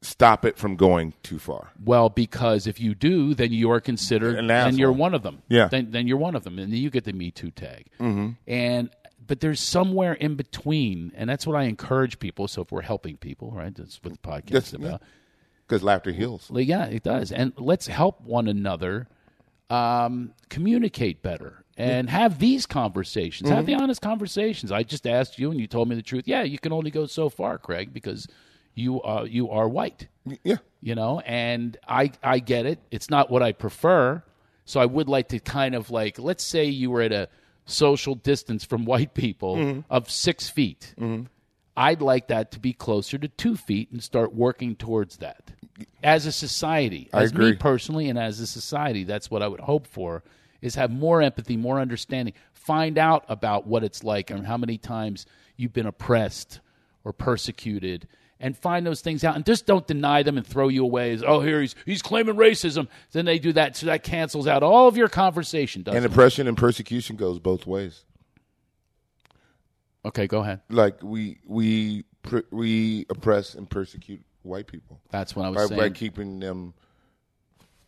[SPEAKER 3] stop it from going too far.
[SPEAKER 2] Well, because if you do, then you are considered,
[SPEAKER 3] An
[SPEAKER 2] then
[SPEAKER 3] asshole.
[SPEAKER 2] you're one of them.
[SPEAKER 3] Yeah.
[SPEAKER 2] Then, then you're one of them, and then you get the Me Too tag. Mm-hmm. And but there's somewhere in between, and that's what I encourage people. So if we're helping people, right? That's what the podcast
[SPEAKER 3] Yes,
[SPEAKER 2] is about.
[SPEAKER 3] Because laughter heals.
[SPEAKER 2] Like, Yeah. it does. And let's help one another um, communicate better and have these conversations.
[SPEAKER 3] Mm-hmm.
[SPEAKER 2] Have the honest conversations. I just asked you, and you told me the truth. Yeah, you can only go so far, Craig, because you are you are white
[SPEAKER 3] Yeah.
[SPEAKER 2] you know and i i get it it's not what i prefer so i would like to kind of like let's say
[SPEAKER 3] Mm-hmm.
[SPEAKER 2] you were at a social distance from white people of six feet I'd like that to be closer to two feet and start working towards that as a society.
[SPEAKER 3] I
[SPEAKER 2] as me
[SPEAKER 3] agree.
[SPEAKER 2] personally and as a society, that's what I would hope for is have more empathy, more understanding, find out about what it's like and how many times you've been oppressed or persecuted and find those things out and just don't deny them and throw you away as oh here he's he's claiming racism then they do that so that cancels out all of your conversation doesn't
[SPEAKER 3] And
[SPEAKER 2] it?
[SPEAKER 3] oppression and persecution goes both ways.
[SPEAKER 2] okay go ahead
[SPEAKER 3] Like we we pr- we oppress and persecute white people
[SPEAKER 2] that's what i was
[SPEAKER 3] by,
[SPEAKER 2] saying
[SPEAKER 3] by keeping them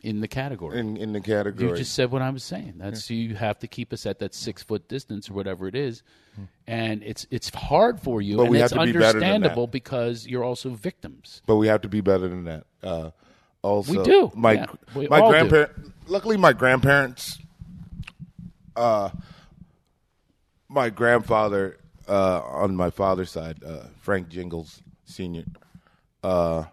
[SPEAKER 2] in the category
[SPEAKER 3] in in the
[SPEAKER 2] You
[SPEAKER 3] category.
[SPEAKER 2] just said what I was saying. That's you have to keep us at that six foot distance or whatever it is, and it's it's hard for you,
[SPEAKER 3] Hmm. But
[SPEAKER 2] and
[SPEAKER 3] we have
[SPEAKER 2] it's
[SPEAKER 3] to be better than
[SPEAKER 2] understandable
[SPEAKER 3] that.
[SPEAKER 2] because you're also victims.
[SPEAKER 3] but we have to be better than that. Uh, also,
[SPEAKER 2] We do.
[SPEAKER 3] My
[SPEAKER 2] Yeah, we
[SPEAKER 3] my
[SPEAKER 2] all do.
[SPEAKER 3] grandparents. Luckily, my grandparents. Uh, my grandfather uh, on my father's side, uh, Frank Jingles Senior. Uh,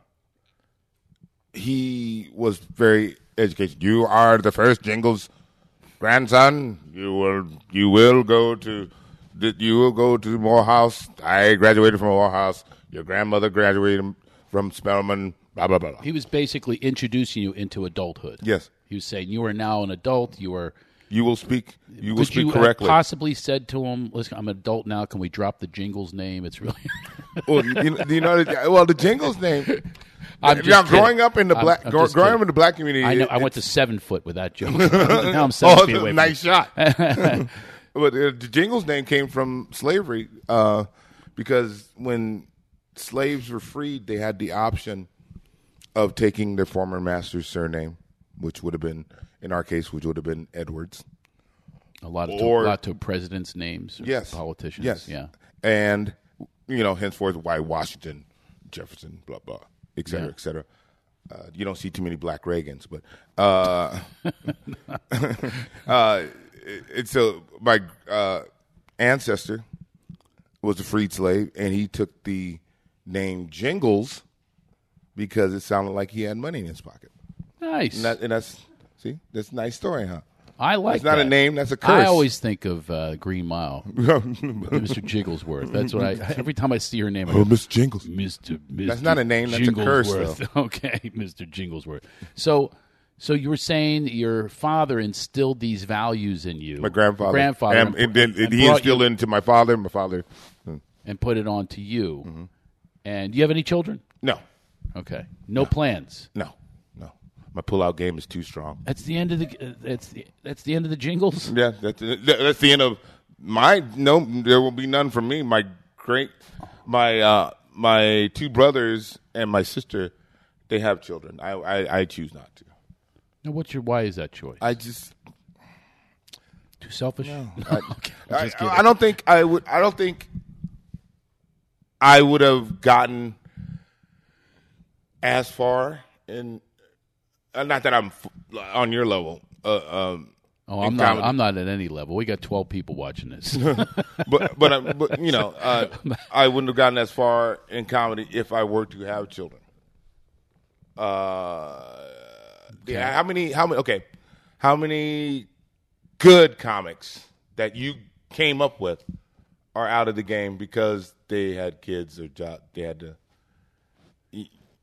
[SPEAKER 3] he was very educated. You are the first Jingles grandson. You will you will go to that you will go to Morehouse. I graduated from Morehouse. Your grandmother graduated from Spelman. Blah blah blah. blah.
[SPEAKER 2] He was basically introducing you into adulthood.
[SPEAKER 3] Yes.
[SPEAKER 2] he was saying you are now an adult. You are.
[SPEAKER 3] You will speak. You will
[SPEAKER 2] Could
[SPEAKER 3] speak
[SPEAKER 2] you uh, have
[SPEAKER 3] correctly.
[SPEAKER 2] possibly said to him, "Listen, I'm an adult now. Can we drop the jingle's name? It's really."
[SPEAKER 3] well, Oh, you, you know- you know, the- well, the Jingles name.
[SPEAKER 2] I'm
[SPEAKER 3] now,
[SPEAKER 2] just kidding.
[SPEAKER 3] growing up in the
[SPEAKER 2] I'm-
[SPEAKER 3] black,
[SPEAKER 2] I'm
[SPEAKER 3] grow-
[SPEAKER 2] just
[SPEAKER 3] growing
[SPEAKER 2] kidding.
[SPEAKER 3] up in the black community.
[SPEAKER 2] I know.
[SPEAKER 3] it-
[SPEAKER 2] I went to
[SPEAKER 3] it's-
[SPEAKER 2] seven foot with that joke. now I'm seven
[SPEAKER 3] oh,
[SPEAKER 2] feet away.
[SPEAKER 3] nice
[SPEAKER 2] from
[SPEAKER 3] shot. but uh, the Jingles name came from slavery uh, because when slaves were freed, they had the option of taking their former master's surname, which would have been, in our case, which would have been Edwards.
[SPEAKER 2] you. a lot of
[SPEAKER 3] Or-
[SPEAKER 2] a lot to presidents' names, or
[SPEAKER 3] yes,
[SPEAKER 2] politicians,
[SPEAKER 3] yes,
[SPEAKER 2] yeah.
[SPEAKER 3] and you know, henceforth, why Washington, Jefferson, blah blah, et cetera,
[SPEAKER 2] Yeah.
[SPEAKER 3] et cetera. Uh, you don't see too many black Reagans, but uh, uh, it- it's so my uh, ancestor was a freed slave, and he took the name Jingles because it sounded like he had money in his pocket.
[SPEAKER 2] Nice.
[SPEAKER 3] And, that, and that's see, that's a nice story, huh?
[SPEAKER 2] I like.
[SPEAKER 3] It's not
[SPEAKER 2] that.
[SPEAKER 3] a name; that's a curse.
[SPEAKER 2] I always think of uh, Green Mile, Mr. Jigglesworth. That's what I. Every time I see her name, I
[SPEAKER 3] oh,
[SPEAKER 2] go,
[SPEAKER 3] Miss Jingles.
[SPEAKER 2] Mr. Mr.
[SPEAKER 3] That's not a name, that's a curse,
[SPEAKER 2] Jinglesworth." okay, Mr. Jinglesworth. So, so you were saying your father instilled these values in you.
[SPEAKER 3] my grandfather,
[SPEAKER 2] grandfather,
[SPEAKER 3] and, and, then
[SPEAKER 2] and
[SPEAKER 3] he
[SPEAKER 2] brought
[SPEAKER 3] instilled
[SPEAKER 2] you-
[SPEAKER 3] it into my father. My father, hmm.
[SPEAKER 2] and put it on to you.
[SPEAKER 3] Mm-hmm.
[SPEAKER 2] And do you have any children?
[SPEAKER 3] no,
[SPEAKER 2] Okay, no plans.
[SPEAKER 3] no, no. My pull-out game is too strong.
[SPEAKER 2] That's the end of the. Uh, that's the. That's the end of the jingles.
[SPEAKER 3] Yeah, that's, that- that's the end of my. No, there will be none for me. My great, my uh, my two brothers and my sister, they have children. I I, I choose not to.
[SPEAKER 2] Now, what's your? Why is that choice?
[SPEAKER 3] I just
[SPEAKER 2] Too selfish. okay, I'm
[SPEAKER 3] I,
[SPEAKER 2] just kidding.
[SPEAKER 3] I don't think I would. I don't think I would have gotten as far in. Uh, not that I'm f- on your level, uh, um,
[SPEAKER 2] Oh, I'm
[SPEAKER 3] in
[SPEAKER 2] not.
[SPEAKER 3] comedy.
[SPEAKER 2] I'm not at any level. We got 12 people watching this.
[SPEAKER 3] but but, I'm, but you know, uh, I wouldn't have gotten as far in comedy if I were to have children. Uh, yeah, how many? How many? Okay, how many good comics that you came up with are out of the game because they had kids or job? They had to.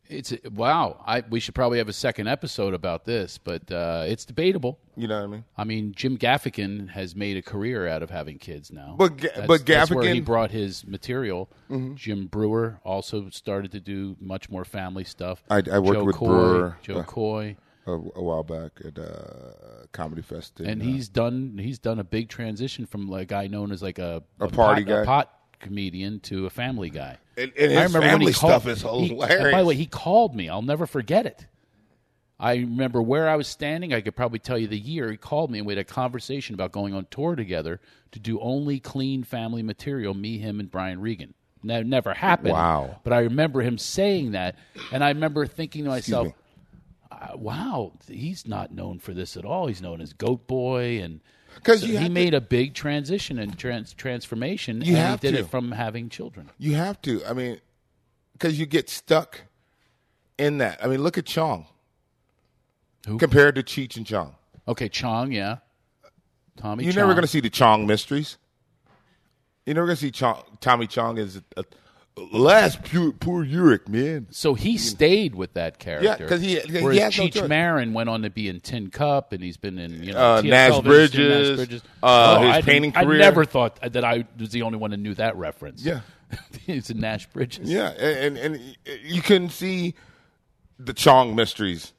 [SPEAKER 2] it's wow. I we should probably have a second episode about this, but uh, it's debatable.
[SPEAKER 3] You know what I mean?
[SPEAKER 2] I mean, Jim Gaffigan has made a career out of having kids now.
[SPEAKER 3] But Ga-
[SPEAKER 2] that's,
[SPEAKER 3] but
[SPEAKER 2] that's where he
[SPEAKER 3] Gaffigan- Mm-hmm.
[SPEAKER 2] brought his material. Jim Brewer also started to do much more family stuff.
[SPEAKER 3] I- I worked
[SPEAKER 2] Joe
[SPEAKER 3] with
[SPEAKER 2] Coy,
[SPEAKER 3] Brewer.
[SPEAKER 2] Joe
[SPEAKER 3] Uh,
[SPEAKER 2] Coy,
[SPEAKER 3] A, a while back at uh, Comedy Fest, in,
[SPEAKER 2] and
[SPEAKER 3] uh,
[SPEAKER 2] he's done he's done a big transition from a guy known as like a
[SPEAKER 3] A party
[SPEAKER 2] pot, a
[SPEAKER 3] guy.
[SPEAKER 2] pot comedian to a family guy.
[SPEAKER 3] and, and his family stuff is hilarious.
[SPEAKER 2] and by the way, he called me. I'll never forget it. I remember where I was standing. I could probably tell you the year. He called me and we had a conversation about going on tour together to do only clean family material, me, him, and Brian Regan. And That never happened.
[SPEAKER 3] Wow.
[SPEAKER 2] But I remember him saying that. And I remember thinking to myself,
[SPEAKER 3] me.
[SPEAKER 2] uh, wow, he's not known for this at all. He's known as Goat Boy. And
[SPEAKER 3] 'Cause you
[SPEAKER 2] he
[SPEAKER 3] have to-
[SPEAKER 2] made a big transition and trans- transformation.
[SPEAKER 3] You
[SPEAKER 2] and
[SPEAKER 3] have
[SPEAKER 2] he did
[SPEAKER 3] to.
[SPEAKER 2] it from having children.
[SPEAKER 3] You have to. I mean, because you get stuck in that. I mean, look at Chong.
[SPEAKER 2] Who?
[SPEAKER 3] Compared to Cheech and Chong.
[SPEAKER 2] Okay, Chong, yeah. Tommy
[SPEAKER 3] You're never
[SPEAKER 2] Chong.
[SPEAKER 3] going to see the Chong mysteries. You're never going to see Chong, Tommy Chong as a, a,
[SPEAKER 6] Last poor, poor Uric, man.
[SPEAKER 2] So he stayed with that character.
[SPEAKER 6] 'cause he- he
[SPEAKER 2] whereas
[SPEAKER 6] has no
[SPEAKER 2] Cheech
[SPEAKER 6] choice.
[SPEAKER 2] Marin went on to be in Tin Cup, and he's been in you know
[SPEAKER 3] Uh,
[SPEAKER 2] TFL,
[SPEAKER 3] Nash
[SPEAKER 2] Nash Oh,
[SPEAKER 3] Bridges, uh, his
[SPEAKER 2] I didn't-
[SPEAKER 3] painting
[SPEAKER 2] I
[SPEAKER 3] career.
[SPEAKER 2] never thought that I was the only one who knew that reference.
[SPEAKER 6] Yeah.
[SPEAKER 2] he's in Nash Bridges.
[SPEAKER 3] Yeah, and, and and you can see the Chong mysteries,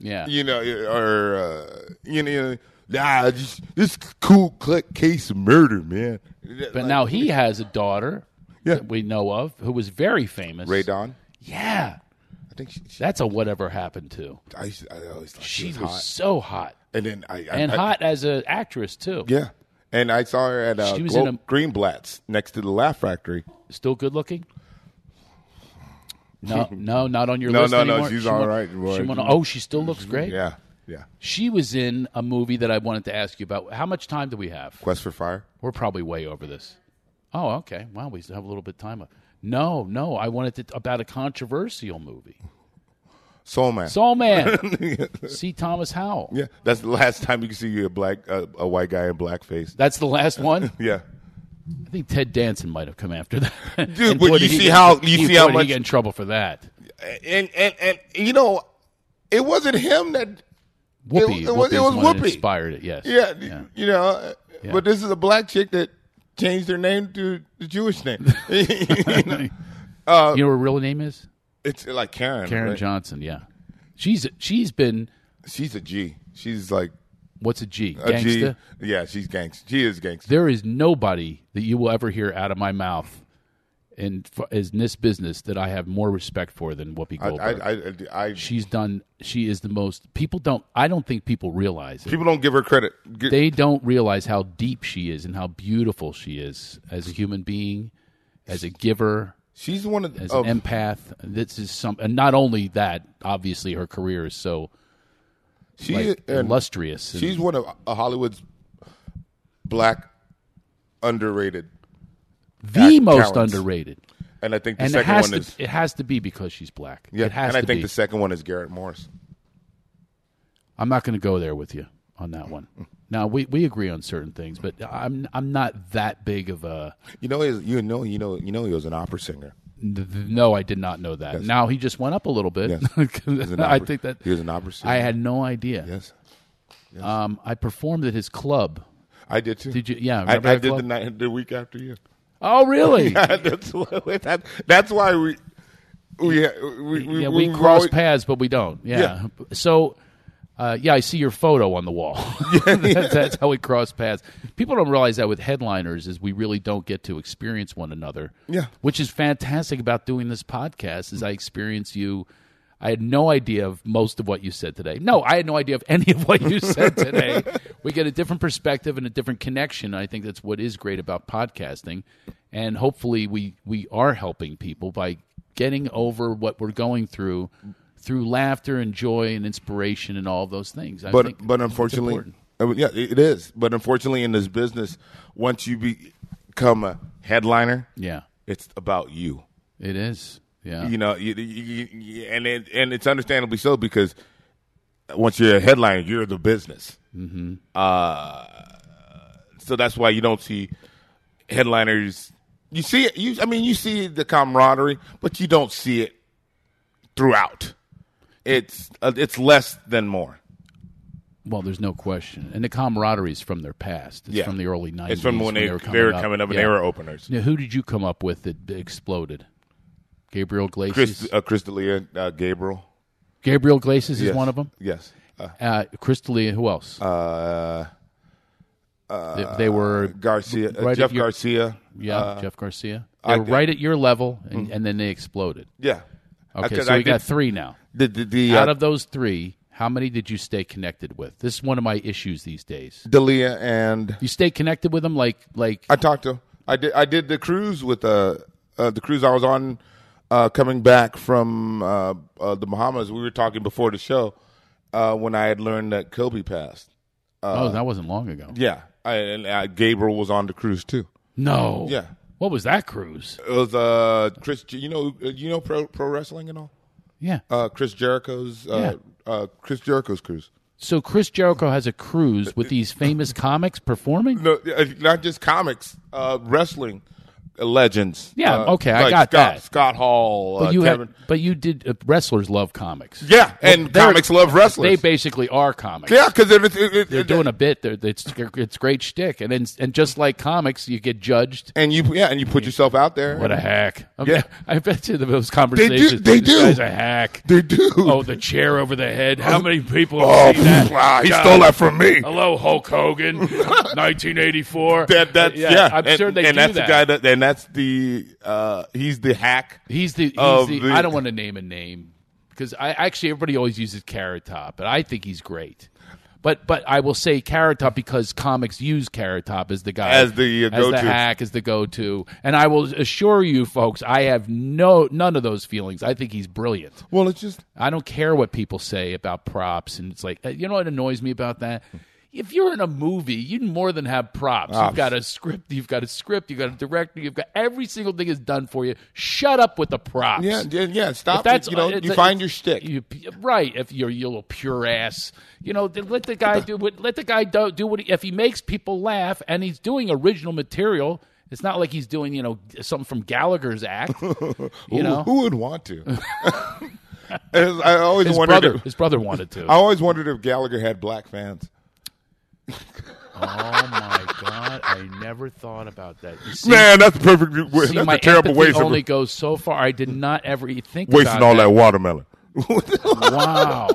[SPEAKER 2] Yeah,
[SPEAKER 3] you know, or uh, you know,
[SPEAKER 6] Nah, just, this cool click case of murder, man.
[SPEAKER 2] but now he has a daughter
[SPEAKER 6] Yeah.
[SPEAKER 2] that we know of who was very famous.
[SPEAKER 3] Ray Don.
[SPEAKER 2] Yeah,
[SPEAKER 6] I think she, she,
[SPEAKER 2] that's a whatever happened to.
[SPEAKER 6] I, used to- I always thought
[SPEAKER 2] She was
[SPEAKER 6] hot.
[SPEAKER 2] so hot
[SPEAKER 6] And then I, I
[SPEAKER 2] and
[SPEAKER 6] I-
[SPEAKER 2] hot as an actress too.
[SPEAKER 6] Yeah,
[SPEAKER 3] And I saw her at uh,
[SPEAKER 2] She was
[SPEAKER 3] Glo-
[SPEAKER 2] in a-
[SPEAKER 3] Greenblatt's next to the Laugh Factory.
[SPEAKER 2] Still good looking? No, no, not on your
[SPEAKER 3] No,
[SPEAKER 2] list
[SPEAKER 3] no, no,
[SPEAKER 2] anymore.
[SPEAKER 3] she's
[SPEAKER 2] She
[SPEAKER 3] all
[SPEAKER 2] won-
[SPEAKER 3] right, Roy.
[SPEAKER 2] She won, oh, she still looks great.
[SPEAKER 3] Yeah, yeah.
[SPEAKER 2] She was in a movie that I wanted to ask you about. How much time do we have?
[SPEAKER 3] Quest for Fire.
[SPEAKER 2] We're probably way over this. Oh, okay. Wow, we still have a little bit of time. left. No, no, I wanted to about a controversial movie.
[SPEAKER 3] Soul Man.
[SPEAKER 2] Soul Man. See Thomas Howell.
[SPEAKER 3] yeah, that's the last time you can see you a black uh, a white guy in blackface.
[SPEAKER 2] That's the last one.
[SPEAKER 3] Yeah.
[SPEAKER 2] I think Ted Danson might have come after that. And
[SPEAKER 3] but
[SPEAKER 2] boy,
[SPEAKER 3] you
[SPEAKER 2] did he
[SPEAKER 3] see
[SPEAKER 2] get-
[SPEAKER 3] how- you
[SPEAKER 2] he-
[SPEAKER 3] see how
[SPEAKER 2] boy, did
[SPEAKER 3] much-
[SPEAKER 2] he get in trouble for that.
[SPEAKER 3] And and and you know, it wasn't him that
[SPEAKER 2] Whoopi,
[SPEAKER 3] It- it was- it
[SPEAKER 2] Whoopi's
[SPEAKER 3] was
[SPEAKER 2] the one that
[SPEAKER 3] Whoopi.
[SPEAKER 2] inspired it. Yes.
[SPEAKER 3] Yeah, you know, uh,
[SPEAKER 2] Yeah.
[SPEAKER 3] but this is a black chick that changed her name to the Jewish name. You know,
[SPEAKER 2] you know what her real name is?
[SPEAKER 3] it's like Karen.
[SPEAKER 2] Karen
[SPEAKER 3] right?
[SPEAKER 2] Johnson. Yeah, she's she's been
[SPEAKER 3] She's a G. She's like
[SPEAKER 2] what's a G
[SPEAKER 3] a G.
[SPEAKER 2] gangsta.
[SPEAKER 3] Yeah, she's gangster. She is gangster.
[SPEAKER 2] There is nobody that you will ever hear out of my mouth in f- is in this business that I have more respect for than Whoopi
[SPEAKER 3] I, I,
[SPEAKER 2] Goldberg.
[SPEAKER 3] I, I, I-
[SPEAKER 2] she's done. She is the most people don't. I don't think people realize it.
[SPEAKER 3] people don't give her credit. G-
[SPEAKER 2] They don't realize how deep she is and how beautiful she is as a human being, as a giver.
[SPEAKER 3] she's one of oh,
[SPEAKER 2] as
[SPEAKER 3] of-
[SPEAKER 2] an empath. This is some, and not only that, obviously her career is so
[SPEAKER 3] she
[SPEAKER 2] like,
[SPEAKER 3] and
[SPEAKER 2] illustrious. and-
[SPEAKER 3] she's one of uh, Hollywood's black underrated,
[SPEAKER 2] the
[SPEAKER 3] act-
[SPEAKER 2] most
[SPEAKER 3] talents.
[SPEAKER 2] underrated,
[SPEAKER 3] and I think the
[SPEAKER 2] and it
[SPEAKER 3] second
[SPEAKER 2] has
[SPEAKER 3] one
[SPEAKER 2] to
[SPEAKER 3] is
[SPEAKER 2] it has to be because she's black.
[SPEAKER 3] yeah,
[SPEAKER 2] it has
[SPEAKER 3] and I
[SPEAKER 2] to
[SPEAKER 3] think
[SPEAKER 2] be.
[SPEAKER 3] the second one is Garrett Morris.
[SPEAKER 2] I'm not going to go there with you on that one.
[SPEAKER 3] Mm.
[SPEAKER 2] Now we, we agree on certain things, but I'm I'm not that big of a.
[SPEAKER 3] You know, he's- you know, you know, you know, he was an opera singer.
[SPEAKER 2] No, I did not know that. Now he just went up a little bit.
[SPEAKER 3] Yes. He's an
[SPEAKER 2] I
[SPEAKER 3] opera-
[SPEAKER 2] think that
[SPEAKER 3] he was an opera singer.
[SPEAKER 2] I had no idea.
[SPEAKER 3] Yes,
[SPEAKER 2] Um, I performed at his club.
[SPEAKER 3] I did too.
[SPEAKER 2] Did you- yeah,
[SPEAKER 3] I,
[SPEAKER 2] remember
[SPEAKER 3] I
[SPEAKER 2] that
[SPEAKER 3] did the
[SPEAKER 2] club?
[SPEAKER 3] night, the week after you.
[SPEAKER 2] Oh, really?
[SPEAKER 3] that's why we- that- that's why we we we we,
[SPEAKER 2] yeah, we,
[SPEAKER 3] we've
[SPEAKER 2] cross
[SPEAKER 3] always-
[SPEAKER 2] paths, but we don't. Yeah. So, uh, yeah, I see your photo on the wall. that's, that's how we cross paths. People don't realize that with headliners is we really don't get to experience one another.
[SPEAKER 3] Yeah.
[SPEAKER 2] Which is fantastic about doing this podcast is I experience you. I had no idea of most of what you said today. No, I had no idea of any of what you said today. we get a different perspective and a different connection. I think that's what is great about podcasting. And hopefully we we are helping people by getting over what we're going through through laughter and joy and inspiration and all of those things. I think
[SPEAKER 3] But but
[SPEAKER 2] it's
[SPEAKER 3] unfortunately,
[SPEAKER 2] important.
[SPEAKER 3] uh, yeah, it is. But unfortunately, in this business, once you be- become a headliner,
[SPEAKER 2] Yeah.
[SPEAKER 3] it's about you.
[SPEAKER 2] It is. Yeah.
[SPEAKER 3] You know, you, you, you, and it, and it's understandably so because once you're a headliner, you're the business. Mm-hmm. Uh, so that's why you don't see headliners. You see it. You, I mean, you see the camaraderie, but you don't see it throughout. It's uh, it's less than more.
[SPEAKER 2] Well, there's no question. And the camaraderie is from their past. It's
[SPEAKER 3] Yeah.
[SPEAKER 2] from the early 90s.
[SPEAKER 3] It's from when, they, they were coming, up, and they
[SPEAKER 2] Yeah.
[SPEAKER 3] were openers.
[SPEAKER 2] Now, who did you come up with that exploded? Gabriel Glacis.
[SPEAKER 3] Chris, uh, Chris D'Elia, uh, Gabriel
[SPEAKER 2] Gabriel Glacis is
[SPEAKER 3] Yes.
[SPEAKER 2] one of them.
[SPEAKER 3] Yes, uh,
[SPEAKER 2] Uh, Crystalia, who else?
[SPEAKER 3] uh,
[SPEAKER 2] they, they were
[SPEAKER 3] Garcia, uh,
[SPEAKER 2] right at
[SPEAKER 3] Jeff
[SPEAKER 2] your-
[SPEAKER 3] Garcia.
[SPEAKER 2] yeah, Jeff Garcia. They
[SPEAKER 3] uh, I-
[SPEAKER 2] were right at your level, and, and then they exploded.
[SPEAKER 3] Yeah.
[SPEAKER 2] Okay,
[SPEAKER 3] 'Cause
[SPEAKER 2] so
[SPEAKER 3] I
[SPEAKER 2] we got
[SPEAKER 3] did-
[SPEAKER 2] three now.
[SPEAKER 3] The, the, the
[SPEAKER 2] Out
[SPEAKER 3] uh,
[SPEAKER 2] of those three, how many did you stay connected with? This is one of my issues these days.
[SPEAKER 3] Dalia and
[SPEAKER 2] You stay connected with them, like like
[SPEAKER 3] I talked to him. I did I did the cruise with uh, uh the cruise I was on uh coming back from uh, uh the Bahamas. We were talking before the show uh when I had learned that Kobe passed. uh,
[SPEAKER 2] oh, that wasn't long ago.
[SPEAKER 3] Yeah. I, and uh, Gabriel was on the cruise too.
[SPEAKER 2] No,
[SPEAKER 3] Yeah.
[SPEAKER 2] What was that cruise?
[SPEAKER 3] It was uh Chris you know you know pro pro wrestling and all?
[SPEAKER 2] Yeah.
[SPEAKER 3] Uh Chris Jericho's uh, uh Chris Jericho's cruise.
[SPEAKER 2] so Chris Jericho has a cruise with these famous comics performing.
[SPEAKER 3] No, uh, not just comics, uh wrestling. legends.
[SPEAKER 2] Yeah,
[SPEAKER 3] Uh,
[SPEAKER 2] okay, I
[SPEAKER 3] like
[SPEAKER 2] got
[SPEAKER 3] Scott,
[SPEAKER 2] that.
[SPEAKER 3] Scott Hall,
[SPEAKER 2] But
[SPEAKER 3] uh,
[SPEAKER 2] you
[SPEAKER 3] Kevin.
[SPEAKER 2] had, but you did. Uh, wrestlers love comics.
[SPEAKER 3] yeah, and
[SPEAKER 2] they're-
[SPEAKER 3] comics love
[SPEAKER 2] They
[SPEAKER 3] wrestlers.
[SPEAKER 2] basically are comics.
[SPEAKER 3] yeah, because it, it, it,
[SPEAKER 2] They're doing a bit. They're, it's it's great shtick, and then and just like comics, you get judged.
[SPEAKER 3] and you yeah, and you put yourself out there.
[SPEAKER 2] What a hack! I,
[SPEAKER 3] Yeah.
[SPEAKER 2] I bet you those conversations.
[SPEAKER 3] they
[SPEAKER 2] this
[SPEAKER 3] do.
[SPEAKER 2] Guy's a hack.
[SPEAKER 3] they do.
[SPEAKER 2] Oh, the chair over the head. How many people
[SPEAKER 3] Oh,
[SPEAKER 2] have seen that? Oh,
[SPEAKER 3] wow, he
[SPEAKER 2] God.
[SPEAKER 3] stole that from me.
[SPEAKER 2] Hello, Hulk Hogan, 1984.
[SPEAKER 3] That, that, yeah,
[SPEAKER 2] I'm
[SPEAKER 3] and,
[SPEAKER 2] sure they
[SPEAKER 3] and
[SPEAKER 2] do
[SPEAKER 3] that's
[SPEAKER 2] that.
[SPEAKER 3] the guy that, and that's the uh, he's the hack.
[SPEAKER 2] He's the. He's
[SPEAKER 3] of
[SPEAKER 2] the,
[SPEAKER 3] the-
[SPEAKER 2] I don't want to name a name because I actually everybody always uses Carrot Top, but I think he's great. But but I will say Carrot Top because comics use Carrot Top as the guy
[SPEAKER 3] As the, uh,
[SPEAKER 2] as the
[SPEAKER 3] go-to.
[SPEAKER 2] hack as the go to, and I will assure you folks, I have no none of those feelings. I think he's brilliant.
[SPEAKER 3] Well, it's just
[SPEAKER 2] I don't care what people say about props, and it's like uh, you know what annoys me about that. If you're in a movie, you more than have props. You've got a script. You've got a script. You've got a director. You've got every single thing is done for you. Shut up with the props.
[SPEAKER 3] yeah, yeah, yeah. Stop.
[SPEAKER 2] If that's uh,
[SPEAKER 3] you know,
[SPEAKER 2] it's
[SPEAKER 3] you
[SPEAKER 2] a-
[SPEAKER 3] find
[SPEAKER 2] it's-
[SPEAKER 3] your shtick.
[SPEAKER 2] you- right? If you're you little pure ass, you know, then let the guy do what. Let the guy do, do what. He, if he makes people laugh and he's doing original material, it's not like he's doing you know something from Gallagher's act. You
[SPEAKER 3] Who-
[SPEAKER 2] know,
[SPEAKER 3] who would want to? As I always
[SPEAKER 2] his
[SPEAKER 3] wondered.
[SPEAKER 2] brother,
[SPEAKER 3] if-
[SPEAKER 2] his brother wanted to.
[SPEAKER 3] I always wondered if Gallagher had black fans.
[SPEAKER 2] Oh my god! I never thought about that. You see,
[SPEAKER 3] Man, that's the perfect.
[SPEAKER 2] see,
[SPEAKER 3] that's
[SPEAKER 2] my
[SPEAKER 3] a terrible
[SPEAKER 2] empathy
[SPEAKER 3] waste of
[SPEAKER 2] only goes so far. I did not ever e- think
[SPEAKER 3] wasting
[SPEAKER 2] about
[SPEAKER 3] all that watermelon. what
[SPEAKER 2] that. Wow!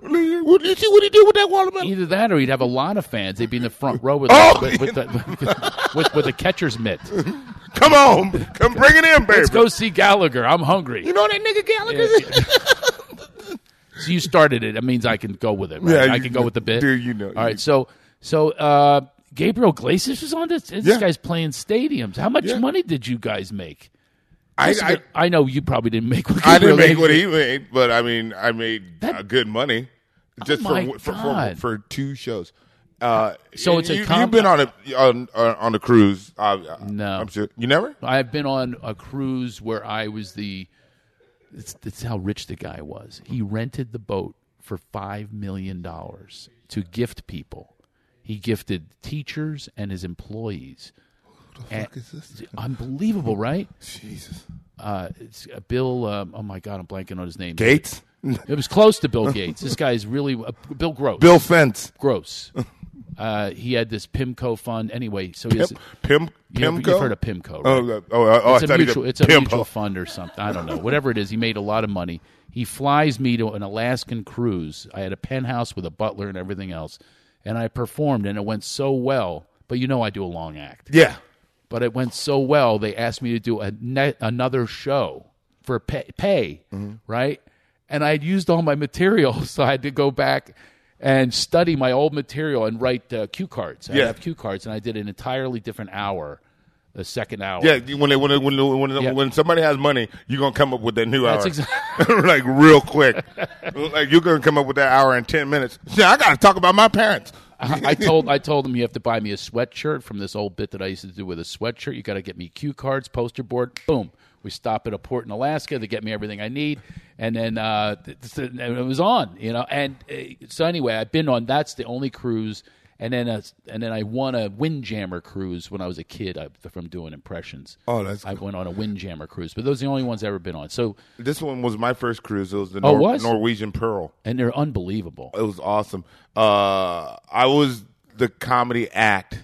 [SPEAKER 3] did you see? What he did with that watermelon?
[SPEAKER 2] Either that, or he'd have a lot of fans. They'd be in the front row with
[SPEAKER 3] Oh!
[SPEAKER 2] with, with, the, with, with a catcher's mitt.
[SPEAKER 3] Come on, come bring it in, baby.
[SPEAKER 2] Let's go see Gallagher. I'm hungry.
[SPEAKER 3] know that nigga Gallagher?
[SPEAKER 2] So you started it. That means I can go with it. Right?
[SPEAKER 3] Yeah,
[SPEAKER 2] I
[SPEAKER 3] you-
[SPEAKER 2] can go with the bit.
[SPEAKER 3] dude, you know-
[SPEAKER 2] All
[SPEAKER 3] you-
[SPEAKER 2] right. So so uh, Gabriel Glacis was on this. This
[SPEAKER 3] Yeah.
[SPEAKER 2] guy's playing stadiums. How much
[SPEAKER 3] Yeah.
[SPEAKER 2] money did you guys make?
[SPEAKER 3] I,
[SPEAKER 2] Listen,
[SPEAKER 3] I,
[SPEAKER 2] I know you probably didn't make. What
[SPEAKER 3] I
[SPEAKER 2] Gabriel
[SPEAKER 3] didn't make
[SPEAKER 2] Glacis
[SPEAKER 3] what he made, but I mean, I made
[SPEAKER 2] That- Oh
[SPEAKER 3] uh, good money just for,
[SPEAKER 2] my
[SPEAKER 3] for, for
[SPEAKER 2] God.
[SPEAKER 3] for two shows. Uh,
[SPEAKER 2] So it's a
[SPEAKER 3] you,
[SPEAKER 2] com-
[SPEAKER 3] you've been on a on on on a cruise. Uh,
[SPEAKER 2] No.
[SPEAKER 3] I'm sure you never.
[SPEAKER 2] I've been on a cruise where I was the. It's, it's how rich the guy was. He rented the boat for five million dollars to gift people. He gifted teachers and his employees. Who the fuck is this? Unbelievable, right?
[SPEAKER 3] Jesus,
[SPEAKER 2] Uh, it's uh, Bill. Um, oh my God, I'm blanking on his name.
[SPEAKER 3] Gates,
[SPEAKER 2] It was close to Bill Gates. This guy is really uh, Bill Gross.
[SPEAKER 3] Bill Fence,
[SPEAKER 2] Gross. Uh, he had this Pimco fund. Anyway, so he has,
[SPEAKER 3] Pim, Pim,
[SPEAKER 2] you
[SPEAKER 3] Pimco.
[SPEAKER 2] have heard of Pimco? Right?
[SPEAKER 3] Oh, uh, oh, oh, I
[SPEAKER 2] it's a
[SPEAKER 3] thought he
[SPEAKER 2] mutual,
[SPEAKER 3] said
[SPEAKER 2] it's a
[SPEAKER 3] Pimpo.
[SPEAKER 2] mutual fund or something. I don't know. Whatever it is, he made a lot of money. He flies me to an Alaskan cruise. I had a penthouse with a butler and everything else, and I performed, and it went so well. But you know, I do a long act.
[SPEAKER 3] Yeah,
[SPEAKER 2] But it went so well, they asked me to do a ne- another show for pay, pay
[SPEAKER 3] Mm-hmm.
[SPEAKER 2] right? And I had used all my material, so I had to go back and study my old material and write uh, cue cards. I
[SPEAKER 3] Yeah.
[SPEAKER 2] have cue cards, and I did an entirely different hour, the second hour.
[SPEAKER 3] yeah. you- When they, when they, when they- when, they-
[SPEAKER 2] Yeah.
[SPEAKER 3] when somebody has money, you're gonna come up with that new
[SPEAKER 2] That's
[SPEAKER 3] hour,
[SPEAKER 2] exactly-
[SPEAKER 3] like real quick. like you're gonna come up with that hour in ten minutes. Yeah, I gotta talk about my parents.
[SPEAKER 2] I told I told him you have to buy me a sweatshirt from this old bit that I used to do with a sweatshirt. You got to get me cue cards, poster board. Boom. We stop at a port in Alaska. They get me everything I need, and then uh, th- th- and it was on. You know, and uh, so anyway, I've been on. That's the only cruise. And then, a, and then I won a Windjammer cruise when I was a kid I, from doing impressions.
[SPEAKER 3] Oh, that's
[SPEAKER 2] I went on a Windjammer cruise, but those are the only ones I've ever been on. So,
[SPEAKER 3] This one was my first cruise. It was the
[SPEAKER 2] Oh,
[SPEAKER 3] Nor-
[SPEAKER 2] it was?
[SPEAKER 3] Norwegian Pearl.
[SPEAKER 2] and they're unbelievable.
[SPEAKER 3] It was awesome. Uh, I was the comedy act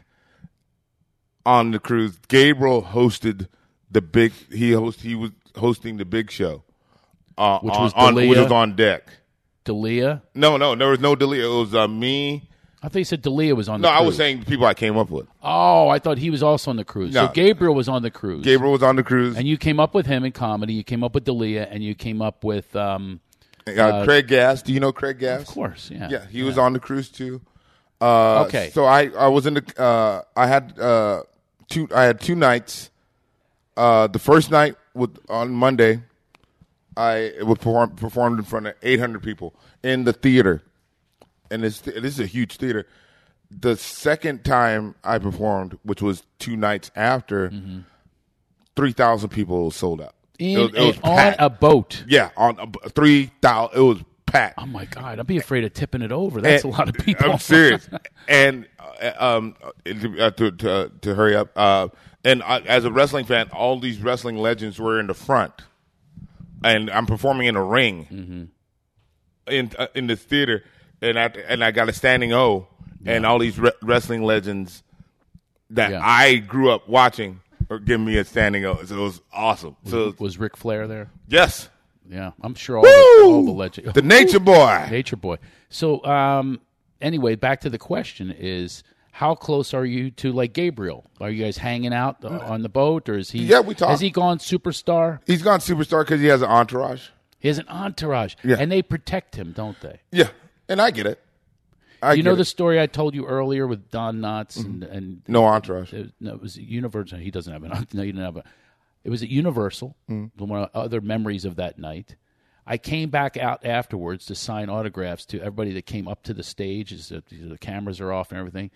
[SPEAKER 3] on the cruise. Gabriel hosted the big. He host. He was hosting the big show, uh,
[SPEAKER 2] Which
[SPEAKER 3] on,
[SPEAKER 2] was
[SPEAKER 3] on- which
[SPEAKER 2] D'Elia?
[SPEAKER 3] was on deck.
[SPEAKER 2] Dalia,
[SPEAKER 3] No, no, there was no delay. It was uh, me.
[SPEAKER 2] I thought you said Dalia was on.
[SPEAKER 3] No,
[SPEAKER 2] the
[SPEAKER 3] I was
[SPEAKER 2] cruise.
[SPEAKER 3] saying the people I came up with.
[SPEAKER 2] Oh, I thought he was also on the cruise.
[SPEAKER 3] No.
[SPEAKER 2] So Gabriel was on the cruise.
[SPEAKER 3] Gabriel was on the cruise.
[SPEAKER 2] And you came up with him in comedy. You came up with Dalia, and you came up with, um,
[SPEAKER 3] uh, Craig Gass. Do you know Craig Gass?
[SPEAKER 2] of course, yeah.
[SPEAKER 3] Yeah, he was on the cruise too. Uh,
[SPEAKER 2] Okay.
[SPEAKER 3] So I, I was in the uh, I had uh, two I had two nights. Uh, the first night with on Monday, I was perform, performed in front of 800 people in the theater, and this this is a huge theater. The second time I performed, which was two nights after, thousand people sold out.
[SPEAKER 2] Mm-hmm. In
[SPEAKER 3] it was, it was
[SPEAKER 2] a, on
[SPEAKER 3] packed.
[SPEAKER 2] a boat.
[SPEAKER 3] Yeah, on a, three thousand. It was packed.
[SPEAKER 2] Oh my God! I'd be afraid of tipping it over. That's
[SPEAKER 3] And-
[SPEAKER 2] a lot of people.
[SPEAKER 3] I'm serious. and uh, um, to, uh, to to to hurry up. Uh, and I, as a wrestling fan, all these wrestling legends were in the front, and I'm performing in a ring
[SPEAKER 2] Mm-hmm.
[SPEAKER 3] in uh, in this theater, and I and I got a standing O, and all these re- wrestling legends that
[SPEAKER 2] Yeah.
[SPEAKER 3] I grew up watching were giving me a standing O. So it was awesome. So
[SPEAKER 2] Was Ric Flair there?
[SPEAKER 3] yes,
[SPEAKER 2] Yeah, I'm sure all, the, all the
[SPEAKER 3] Woo!
[SPEAKER 2] legend.
[SPEAKER 3] the Nature Boy.
[SPEAKER 2] Nature Boy. So, um, anyway, back to the question is how close are you to like Gabriel? Are you guys hanging out uh, on the boat, or is he?
[SPEAKER 3] Mm. Yeah, we talk.
[SPEAKER 2] Has he gone superstar?
[SPEAKER 3] He's gone superstar because he has an entourage.
[SPEAKER 2] He has an entourage,
[SPEAKER 3] Yeah.
[SPEAKER 2] and they protect him, don't they?
[SPEAKER 3] Yeah, and I get it. I
[SPEAKER 2] you
[SPEAKER 3] get
[SPEAKER 2] know
[SPEAKER 3] it. Mm-hmm.
[SPEAKER 2] the story I told you earlier with Don Knotts and and
[SPEAKER 3] no entourage.
[SPEAKER 2] it, no, it was Universal. He doesn't have an. No, you didn't have a. It was at Universal.
[SPEAKER 3] Mm-hmm.
[SPEAKER 2] One of the other memories of that night. I came back out afterwards to sign autographs to everybody that came up to the stage. Is that the cameras are off and everything.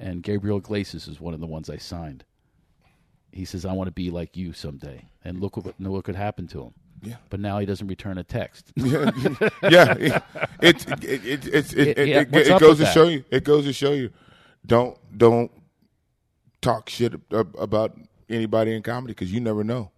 [SPEAKER 2] And Gabriel Glacis is one of the ones I signed. He says, "I want to be like you someday." And look what look what happened to him. Yeah. But now he doesn't return a text.
[SPEAKER 3] yeah, it it it it, it, it,
[SPEAKER 2] Yeah, yeah,
[SPEAKER 3] it,
[SPEAKER 2] what's
[SPEAKER 3] it
[SPEAKER 2] up
[SPEAKER 3] goes
[SPEAKER 2] with
[SPEAKER 3] to
[SPEAKER 2] that?
[SPEAKER 3] show you. It goes to show you. Don't don't talk shit ab- ab- about anybody in comedy because you never know.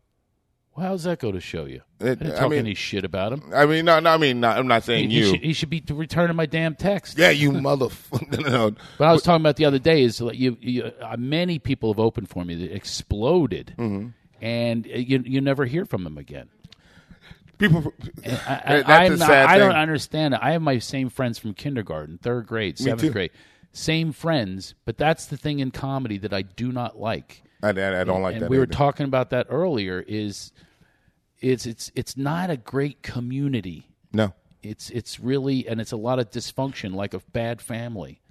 [SPEAKER 2] well, how's that go to show you? I
[SPEAKER 3] It-
[SPEAKER 2] didn't
[SPEAKER 3] I
[SPEAKER 2] talk
[SPEAKER 3] mean-
[SPEAKER 2] any shit about him.
[SPEAKER 3] I mean, no, no. I mean, not, I'm not
[SPEAKER 2] He,
[SPEAKER 3] saying
[SPEAKER 2] he
[SPEAKER 3] you.
[SPEAKER 2] should, he should be returning my damn text.
[SPEAKER 3] yeah, you motherfucker. no, no, no.
[SPEAKER 2] What I was talking about the other day is like you, you uh, many people have opened for me that exploded,
[SPEAKER 3] Mm-hmm.
[SPEAKER 2] and uh, you you never hear from them again.
[SPEAKER 3] People.
[SPEAKER 2] I,
[SPEAKER 3] that's
[SPEAKER 2] I'm
[SPEAKER 3] a
[SPEAKER 2] not-
[SPEAKER 3] sad
[SPEAKER 2] I don't
[SPEAKER 3] thing.
[SPEAKER 2] understand it. I have my same friends from kindergarten, third grade,
[SPEAKER 3] too.
[SPEAKER 2] seventh grade, same friends. But that's the thing in comedy that I do not like.
[SPEAKER 3] I, I, I don't like
[SPEAKER 2] and
[SPEAKER 3] that.
[SPEAKER 2] we were
[SPEAKER 3] either.
[SPEAKER 2] talking about that earlier. Is it's it's it's not a great community.
[SPEAKER 3] No.
[SPEAKER 2] It's it's really and it's a lot of dysfunction, like a bad family.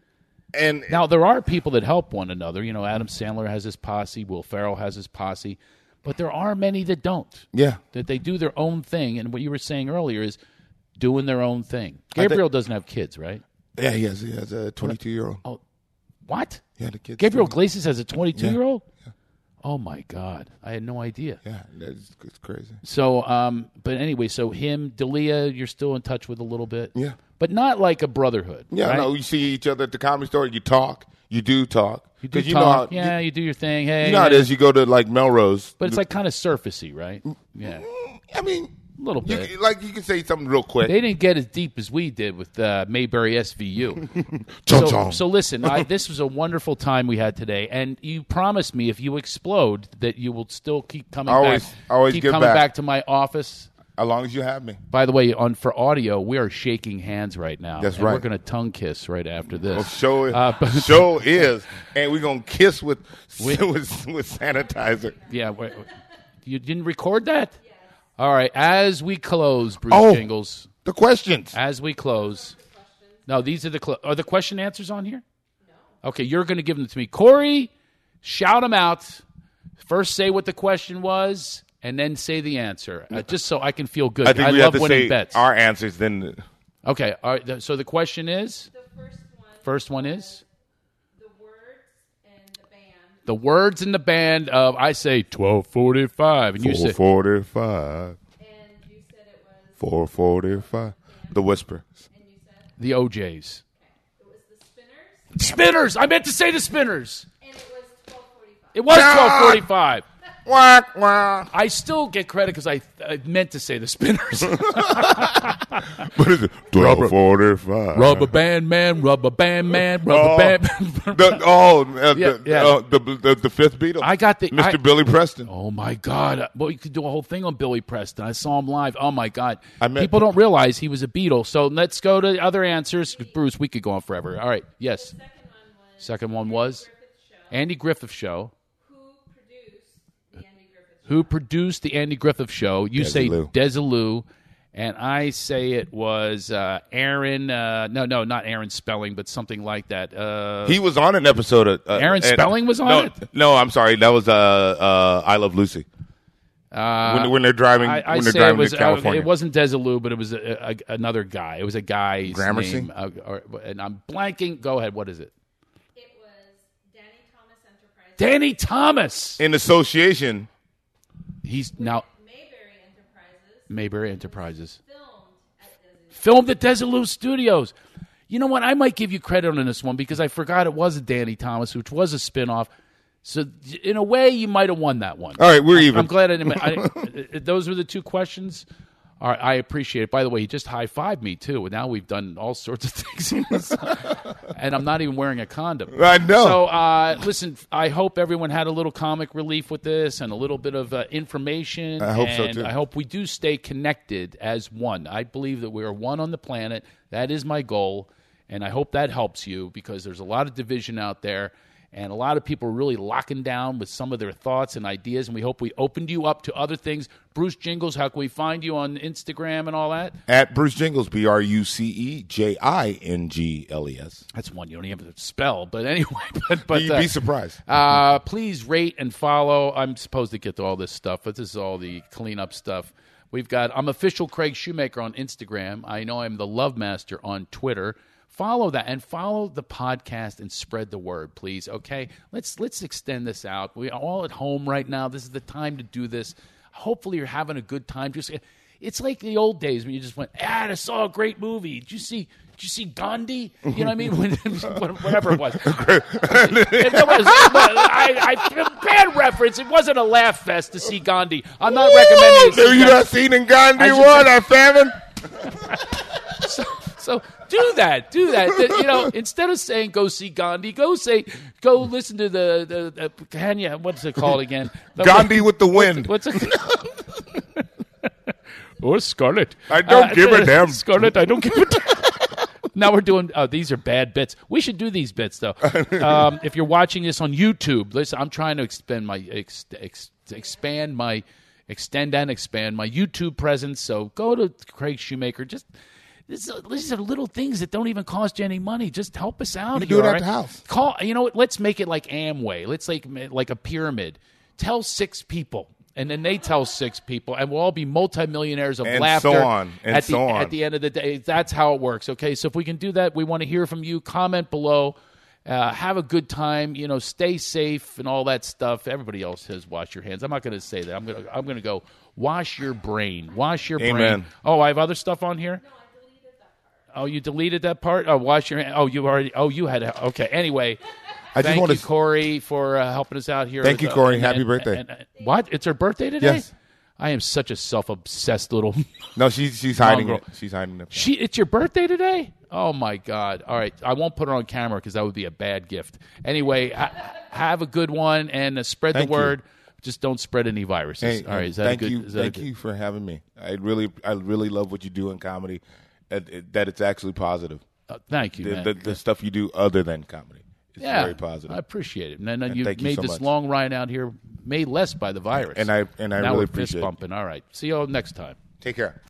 [SPEAKER 3] And
[SPEAKER 2] Now there are people that help one another. You know, Adam Sandler has his posse, Will Farrell has his posse, but there are many that don't.
[SPEAKER 3] yeah,
[SPEAKER 2] That they do their own thing, and what you were saying earlier is doing their own thing. Gabriel doesn't have kids, right?
[SPEAKER 3] yeah, he has, he has a 22 year old.
[SPEAKER 2] What?
[SPEAKER 3] Yeah, the kids.
[SPEAKER 2] Gabriel Glacis has a 22 year old. Oh my God, I had no idea.
[SPEAKER 3] Yeah, that's it's crazy.
[SPEAKER 2] So, um, but anyway, so him, Dalia, you're still in touch with a little bit.
[SPEAKER 3] Yeah.
[SPEAKER 2] but not like a brotherhood.
[SPEAKER 3] Yeah,
[SPEAKER 2] right?
[SPEAKER 3] no, you see each other at the comedy store. You talk. You do talk.
[SPEAKER 2] you do
[SPEAKER 3] 'Cause
[SPEAKER 2] talk.
[SPEAKER 3] know how-
[SPEAKER 2] yeah, you, do your thing. Hey,
[SPEAKER 3] You know how it
[SPEAKER 2] yeah.
[SPEAKER 3] is. You go to like Melrose,
[SPEAKER 2] But it's like kind of surfacey, right? Yeah.
[SPEAKER 3] I mean,
[SPEAKER 2] Little
[SPEAKER 3] you
[SPEAKER 2] bit.
[SPEAKER 3] can- like you can say something real quick.
[SPEAKER 2] They didn't get as deep as we did with uh, Mayberry SVU. so,
[SPEAKER 3] Chong.
[SPEAKER 2] so listen, I, this was a wonderful time we had today, and you promised me if you explode that you will still keep coming
[SPEAKER 3] I always-
[SPEAKER 2] back.
[SPEAKER 3] I always
[SPEAKER 2] keep
[SPEAKER 3] give
[SPEAKER 2] coming
[SPEAKER 3] back.
[SPEAKER 2] back. to my office.
[SPEAKER 3] as long as you have me,
[SPEAKER 2] By the way, on for audio, we are shaking hands right now.
[SPEAKER 3] That's
[SPEAKER 2] and We're
[SPEAKER 3] right. Oh,
[SPEAKER 2] going to tongue kiss right after this.
[SPEAKER 3] well, show is
[SPEAKER 2] Uh, but-
[SPEAKER 3] show is, and we're gonna kiss with
[SPEAKER 2] We-
[SPEAKER 3] with, with sanitizer.
[SPEAKER 2] yeah, wait, wait. you didn't record that. All right, as we close, Bruce
[SPEAKER 3] Oh.
[SPEAKER 2] Jingles.
[SPEAKER 3] The questions.
[SPEAKER 2] as we close. No, these are the cl- are the question answers on here. No. Okay, you're going to give them to me, Corey. Shout them out. First, say what the question was, and then say the answer, uh, just so I can feel good.
[SPEAKER 3] I think we
[SPEAKER 2] love
[SPEAKER 3] have to
[SPEAKER 2] winning
[SPEAKER 3] say
[SPEAKER 2] bets.
[SPEAKER 3] our answers. Then
[SPEAKER 2] okay, all right, th- so the question is:
[SPEAKER 7] The first one,
[SPEAKER 2] first one is
[SPEAKER 7] the words and the band.
[SPEAKER 2] the words in the band of I say twelve forty five, and you
[SPEAKER 3] four
[SPEAKER 2] say
[SPEAKER 3] forty five,
[SPEAKER 7] And you said it was,
[SPEAKER 3] four forty five. The whisper.
[SPEAKER 7] and you said
[SPEAKER 2] the OJ's
[SPEAKER 7] it was the spinners,
[SPEAKER 2] spinners. I meant to say the spinners.
[SPEAKER 7] and it was 1245.
[SPEAKER 2] It was twelve forty five.
[SPEAKER 3] Ah! Whack, whack.
[SPEAKER 2] I still get credit because I, I meant to say the spinners.
[SPEAKER 3] What is it? Twelve forty five.
[SPEAKER 2] Rubber band man, rubber band man, rubber
[SPEAKER 3] Oh.
[SPEAKER 2] band.
[SPEAKER 3] The, oh, uh,
[SPEAKER 2] Yeah,
[SPEAKER 3] the,
[SPEAKER 2] yeah.
[SPEAKER 3] uh, the, the the fifth Beatle.
[SPEAKER 2] I got the-
[SPEAKER 3] Mr.
[SPEAKER 2] I-
[SPEAKER 3] Billy Preston.
[SPEAKER 2] oh my God! Well, you could do a whole thing on Billy Preston. I saw him live. Oh my God!
[SPEAKER 3] I met-
[SPEAKER 2] People don't realize he was a Beatle. So let's go to other answers. Bruce, we could go on forever. All right. Yes.
[SPEAKER 7] Second one was
[SPEAKER 2] Second one was
[SPEAKER 7] Griffith Show.
[SPEAKER 2] Andy Griffith Show.
[SPEAKER 7] Who produced the Andy Griffith Show?
[SPEAKER 2] Who produced the Andy Griffith Show? You say
[SPEAKER 3] Desilu.
[SPEAKER 2] Desilu, and I say it was uh, Aaron. Uh, no, no, not Aaron Spelling, but something like that. Uh,
[SPEAKER 3] He was on an episode of uh,
[SPEAKER 2] Aaron
[SPEAKER 3] and-
[SPEAKER 2] Spelling was on
[SPEAKER 3] no,
[SPEAKER 2] it?
[SPEAKER 3] No, I'm sorry. That was uh, uh, I Love Lucy.
[SPEAKER 2] uh,
[SPEAKER 3] When, when they're driving,
[SPEAKER 2] I, I
[SPEAKER 3] when they're
[SPEAKER 2] say it
[SPEAKER 3] driving
[SPEAKER 2] was
[SPEAKER 3] to
[SPEAKER 2] uh,
[SPEAKER 3] California.
[SPEAKER 2] it wasn't Desilu, but it was a, a, another guy. It was a guy's
[SPEAKER 3] Gramercy?
[SPEAKER 2] name, uh, or, and I'm blanking. Go ahead. What is it?
[SPEAKER 7] It was Danny Thomas Enterprises,
[SPEAKER 2] Danny Thomas.
[SPEAKER 3] in association.
[SPEAKER 2] He's now
[SPEAKER 7] Mayberry Enterprises,
[SPEAKER 2] Mayberry Enterprises.
[SPEAKER 7] filmed at Desi's
[SPEAKER 2] Filmed at Desilu Studios. You know what? I might give you credit on this one because I forgot it was a Danny Thomas, which was a spinoff. So in a way, you might have won that one.
[SPEAKER 3] All right, we're even.
[SPEAKER 2] I'm glad I didn't. I, I- those were the two questions. All right, I appreciate it. By the way, he just high fived me too. Now we've done all sorts of things, and I'm not even wearing a condom.
[SPEAKER 3] I know.
[SPEAKER 2] So uh, listen, I hope everyone had a little comic relief with this and a little bit of uh, information.
[SPEAKER 3] I hope so,
[SPEAKER 2] and
[SPEAKER 3] too.
[SPEAKER 2] I hope we do stay connected as one. I believe that we are one on the planet. That is my goal, and I hope that helps you because there's a lot of division out there. And a lot of people are really locking down with some of their thoughts and ideas, and we hope we opened you up to other things. Bruce Jingles, how can we find you on Instagram and all that?
[SPEAKER 3] At Bruce Jingles, B R U C E J I N G L E S.
[SPEAKER 2] That's one you don't even have to spell, but anyway. But, but
[SPEAKER 3] You'd
[SPEAKER 2] uh,
[SPEAKER 3] be surprised.
[SPEAKER 2] Uh, please rate and follow. I'm supposed to get to all this stuff, but this is all the cleanup stuff. We've got I'm official Craig Shoemaker on Instagram. I know I'm the Love Master on Twitter. Follow that and follow the podcast and spread the word, please. Okay, let's let's extend this out. We're all at home right now. This is the time to do this. Hopefully, you're having a good time. Just it's like the old days when you just went, ah, I saw a great movie. Did you see? Did you see Gandhi? You know what I mean? When, whatever it was. It was- I, I, bad reference. It wasn't a laugh fest to see Gandhi. I'm not recommending. to
[SPEAKER 3] Have
[SPEAKER 2] see
[SPEAKER 3] you
[SPEAKER 2] Gandhi.
[SPEAKER 3] not seen in Gandhi
[SPEAKER 2] I should
[SPEAKER 3] one
[SPEAKER 2] say-
[SPEAKER 3] at famine?
[SPEAKER 2] So, so do that. Do that. Th- You know, instead of saying go see Gandhi, go say go listen to the the, the Kenya. What's it called again? The-
[SPEAKER 3] Gandhi with the wind.
[SPEAKER 2] What's Oh, it? or Scarlet.
[SPEAKER 3] I don't give a damn.
[SPEAKER 2] Scarlet, Uh, I don't give a damn. Now we're doing. Oh, these are bad bits. We should do these bits though. Um, if you're watching this on YouTube, listen. I'm trying to expand my ex, ex, expand my extend and expand my YouTube presence. So go to Craig Shoemaker. Just this, these are little things that don't even cost you any money. Just help us out.
[SPEAKER 6] You
[SPEAKER 2] here,
[SPEAKER 6] do it
[SPEAKER 2] all
[SPEAKER 6] at the house.
[SPEAKER 2] Call. You know what? Let's make it like Amway. Let's like like a pyramid. Tell six people. And then they tell six people, and we'll all be multimillionaires of
[SPEAKER 3] And
[SPEAKER 2] laughter
[SPEAKER 3] so on, and
[SPEAKER 2] at the
[SPEAKER 3] so on.
[SPEAKER 2] at the end of the day. That's how it works. Okay, so if we can do that, we want to hear from you. Comment below. Uh, have a good time. You know, stay safe and all that stuff. Everybody else says wash your hands. I'm not going to say that. I'm going to I'm going to go wash your brain. Wash your
[SPEAKER 3] Amen.
[SPEAKER 2] brain. Oh, I have other stuff on here. Oh, you deleted that part. Oh, wash your. hand- Oh, you already. Oh, you had. A, okay. Anyway,
[SPEAKER 3] I just
[SPEAKER 2] thank
[SPEAKER 3] want
[SPEAKER 2] you,
[SPEAKER 3] to.
[SPEAKER 2] Corey, for uh, helping us out here.
[SPEAKER 3] Thank you,
[SPEAKER 2] Uh,
[SPEAKER 3] Corey.
[SPEAKER 2] and-
[SPEAKER 3] Happy
[SPEAKER 2] and-
[SPEAKER 3] birthday.
[SPEAKER 2] and- and- what? It's her birthday today.
[SPEAKER 3] Yes.
[SPEAKER 2] I am such a self-obsessed little.
[SPEAKER 3] No, she's she's hiding
[SPEAKER 2] Wrong
[SPEAKER 3] it. She's hiding it.
[SPEAKER 2] She, it's your birthday today? Oh my God! All right, I won't put her on camera because that would be a bad gift. Anyway, ha- have a good one and uh, spread
[SPEAKER 3] Thank
[SPEAKER 2] the
[SPEAKER 3] you.
[SPEAKER 2] word. Just don't spread any viruses.
[SPEAKER 3] Hey,
[SPEAKER 2] All right, is that
[SPEAKER 3] thank
[SPEAKER 2] a good?
[SPEAKER 3] you,
[SPEAKER 2] is that a
[SPEAKER 3] thank
[SPEAKER 2] good-
[SPEAKER 3] you for having me. I really, I really love what you do in comedy. That, that it's actually positive.
[SPEAKER 2] Uh, thank you.
[SPEAKER 3] The,
[SPEAKER 2] man.
[SPEAKER 3] the, the stuff you do other than comedy, it's
[SPEAKER 2] yeah,
[SPEAKER 3] very positive.
[SPEAKER 2] I appreciate it. And, then uh, you
[SPEAKER 3] thank
[SPEAKER 2] made
[SPEAKER 3] you so
[SPEAKER 2] this
[SPEAKER 3] much.
[SPEAKER 2] long ride out here made less by the virus.
[SPEAKER 3] And I- and I
[SPEAKER 2] now
[SPEAKER 3] really
[SPEAKER 2] we're
[SPEAKER 3] appreciate
[SPEAKER 2] fist
[SPEAKER 3] it.
[SPEAKER 2] bumping. All right, see you all next time.
[SPEAKER 3] Take care.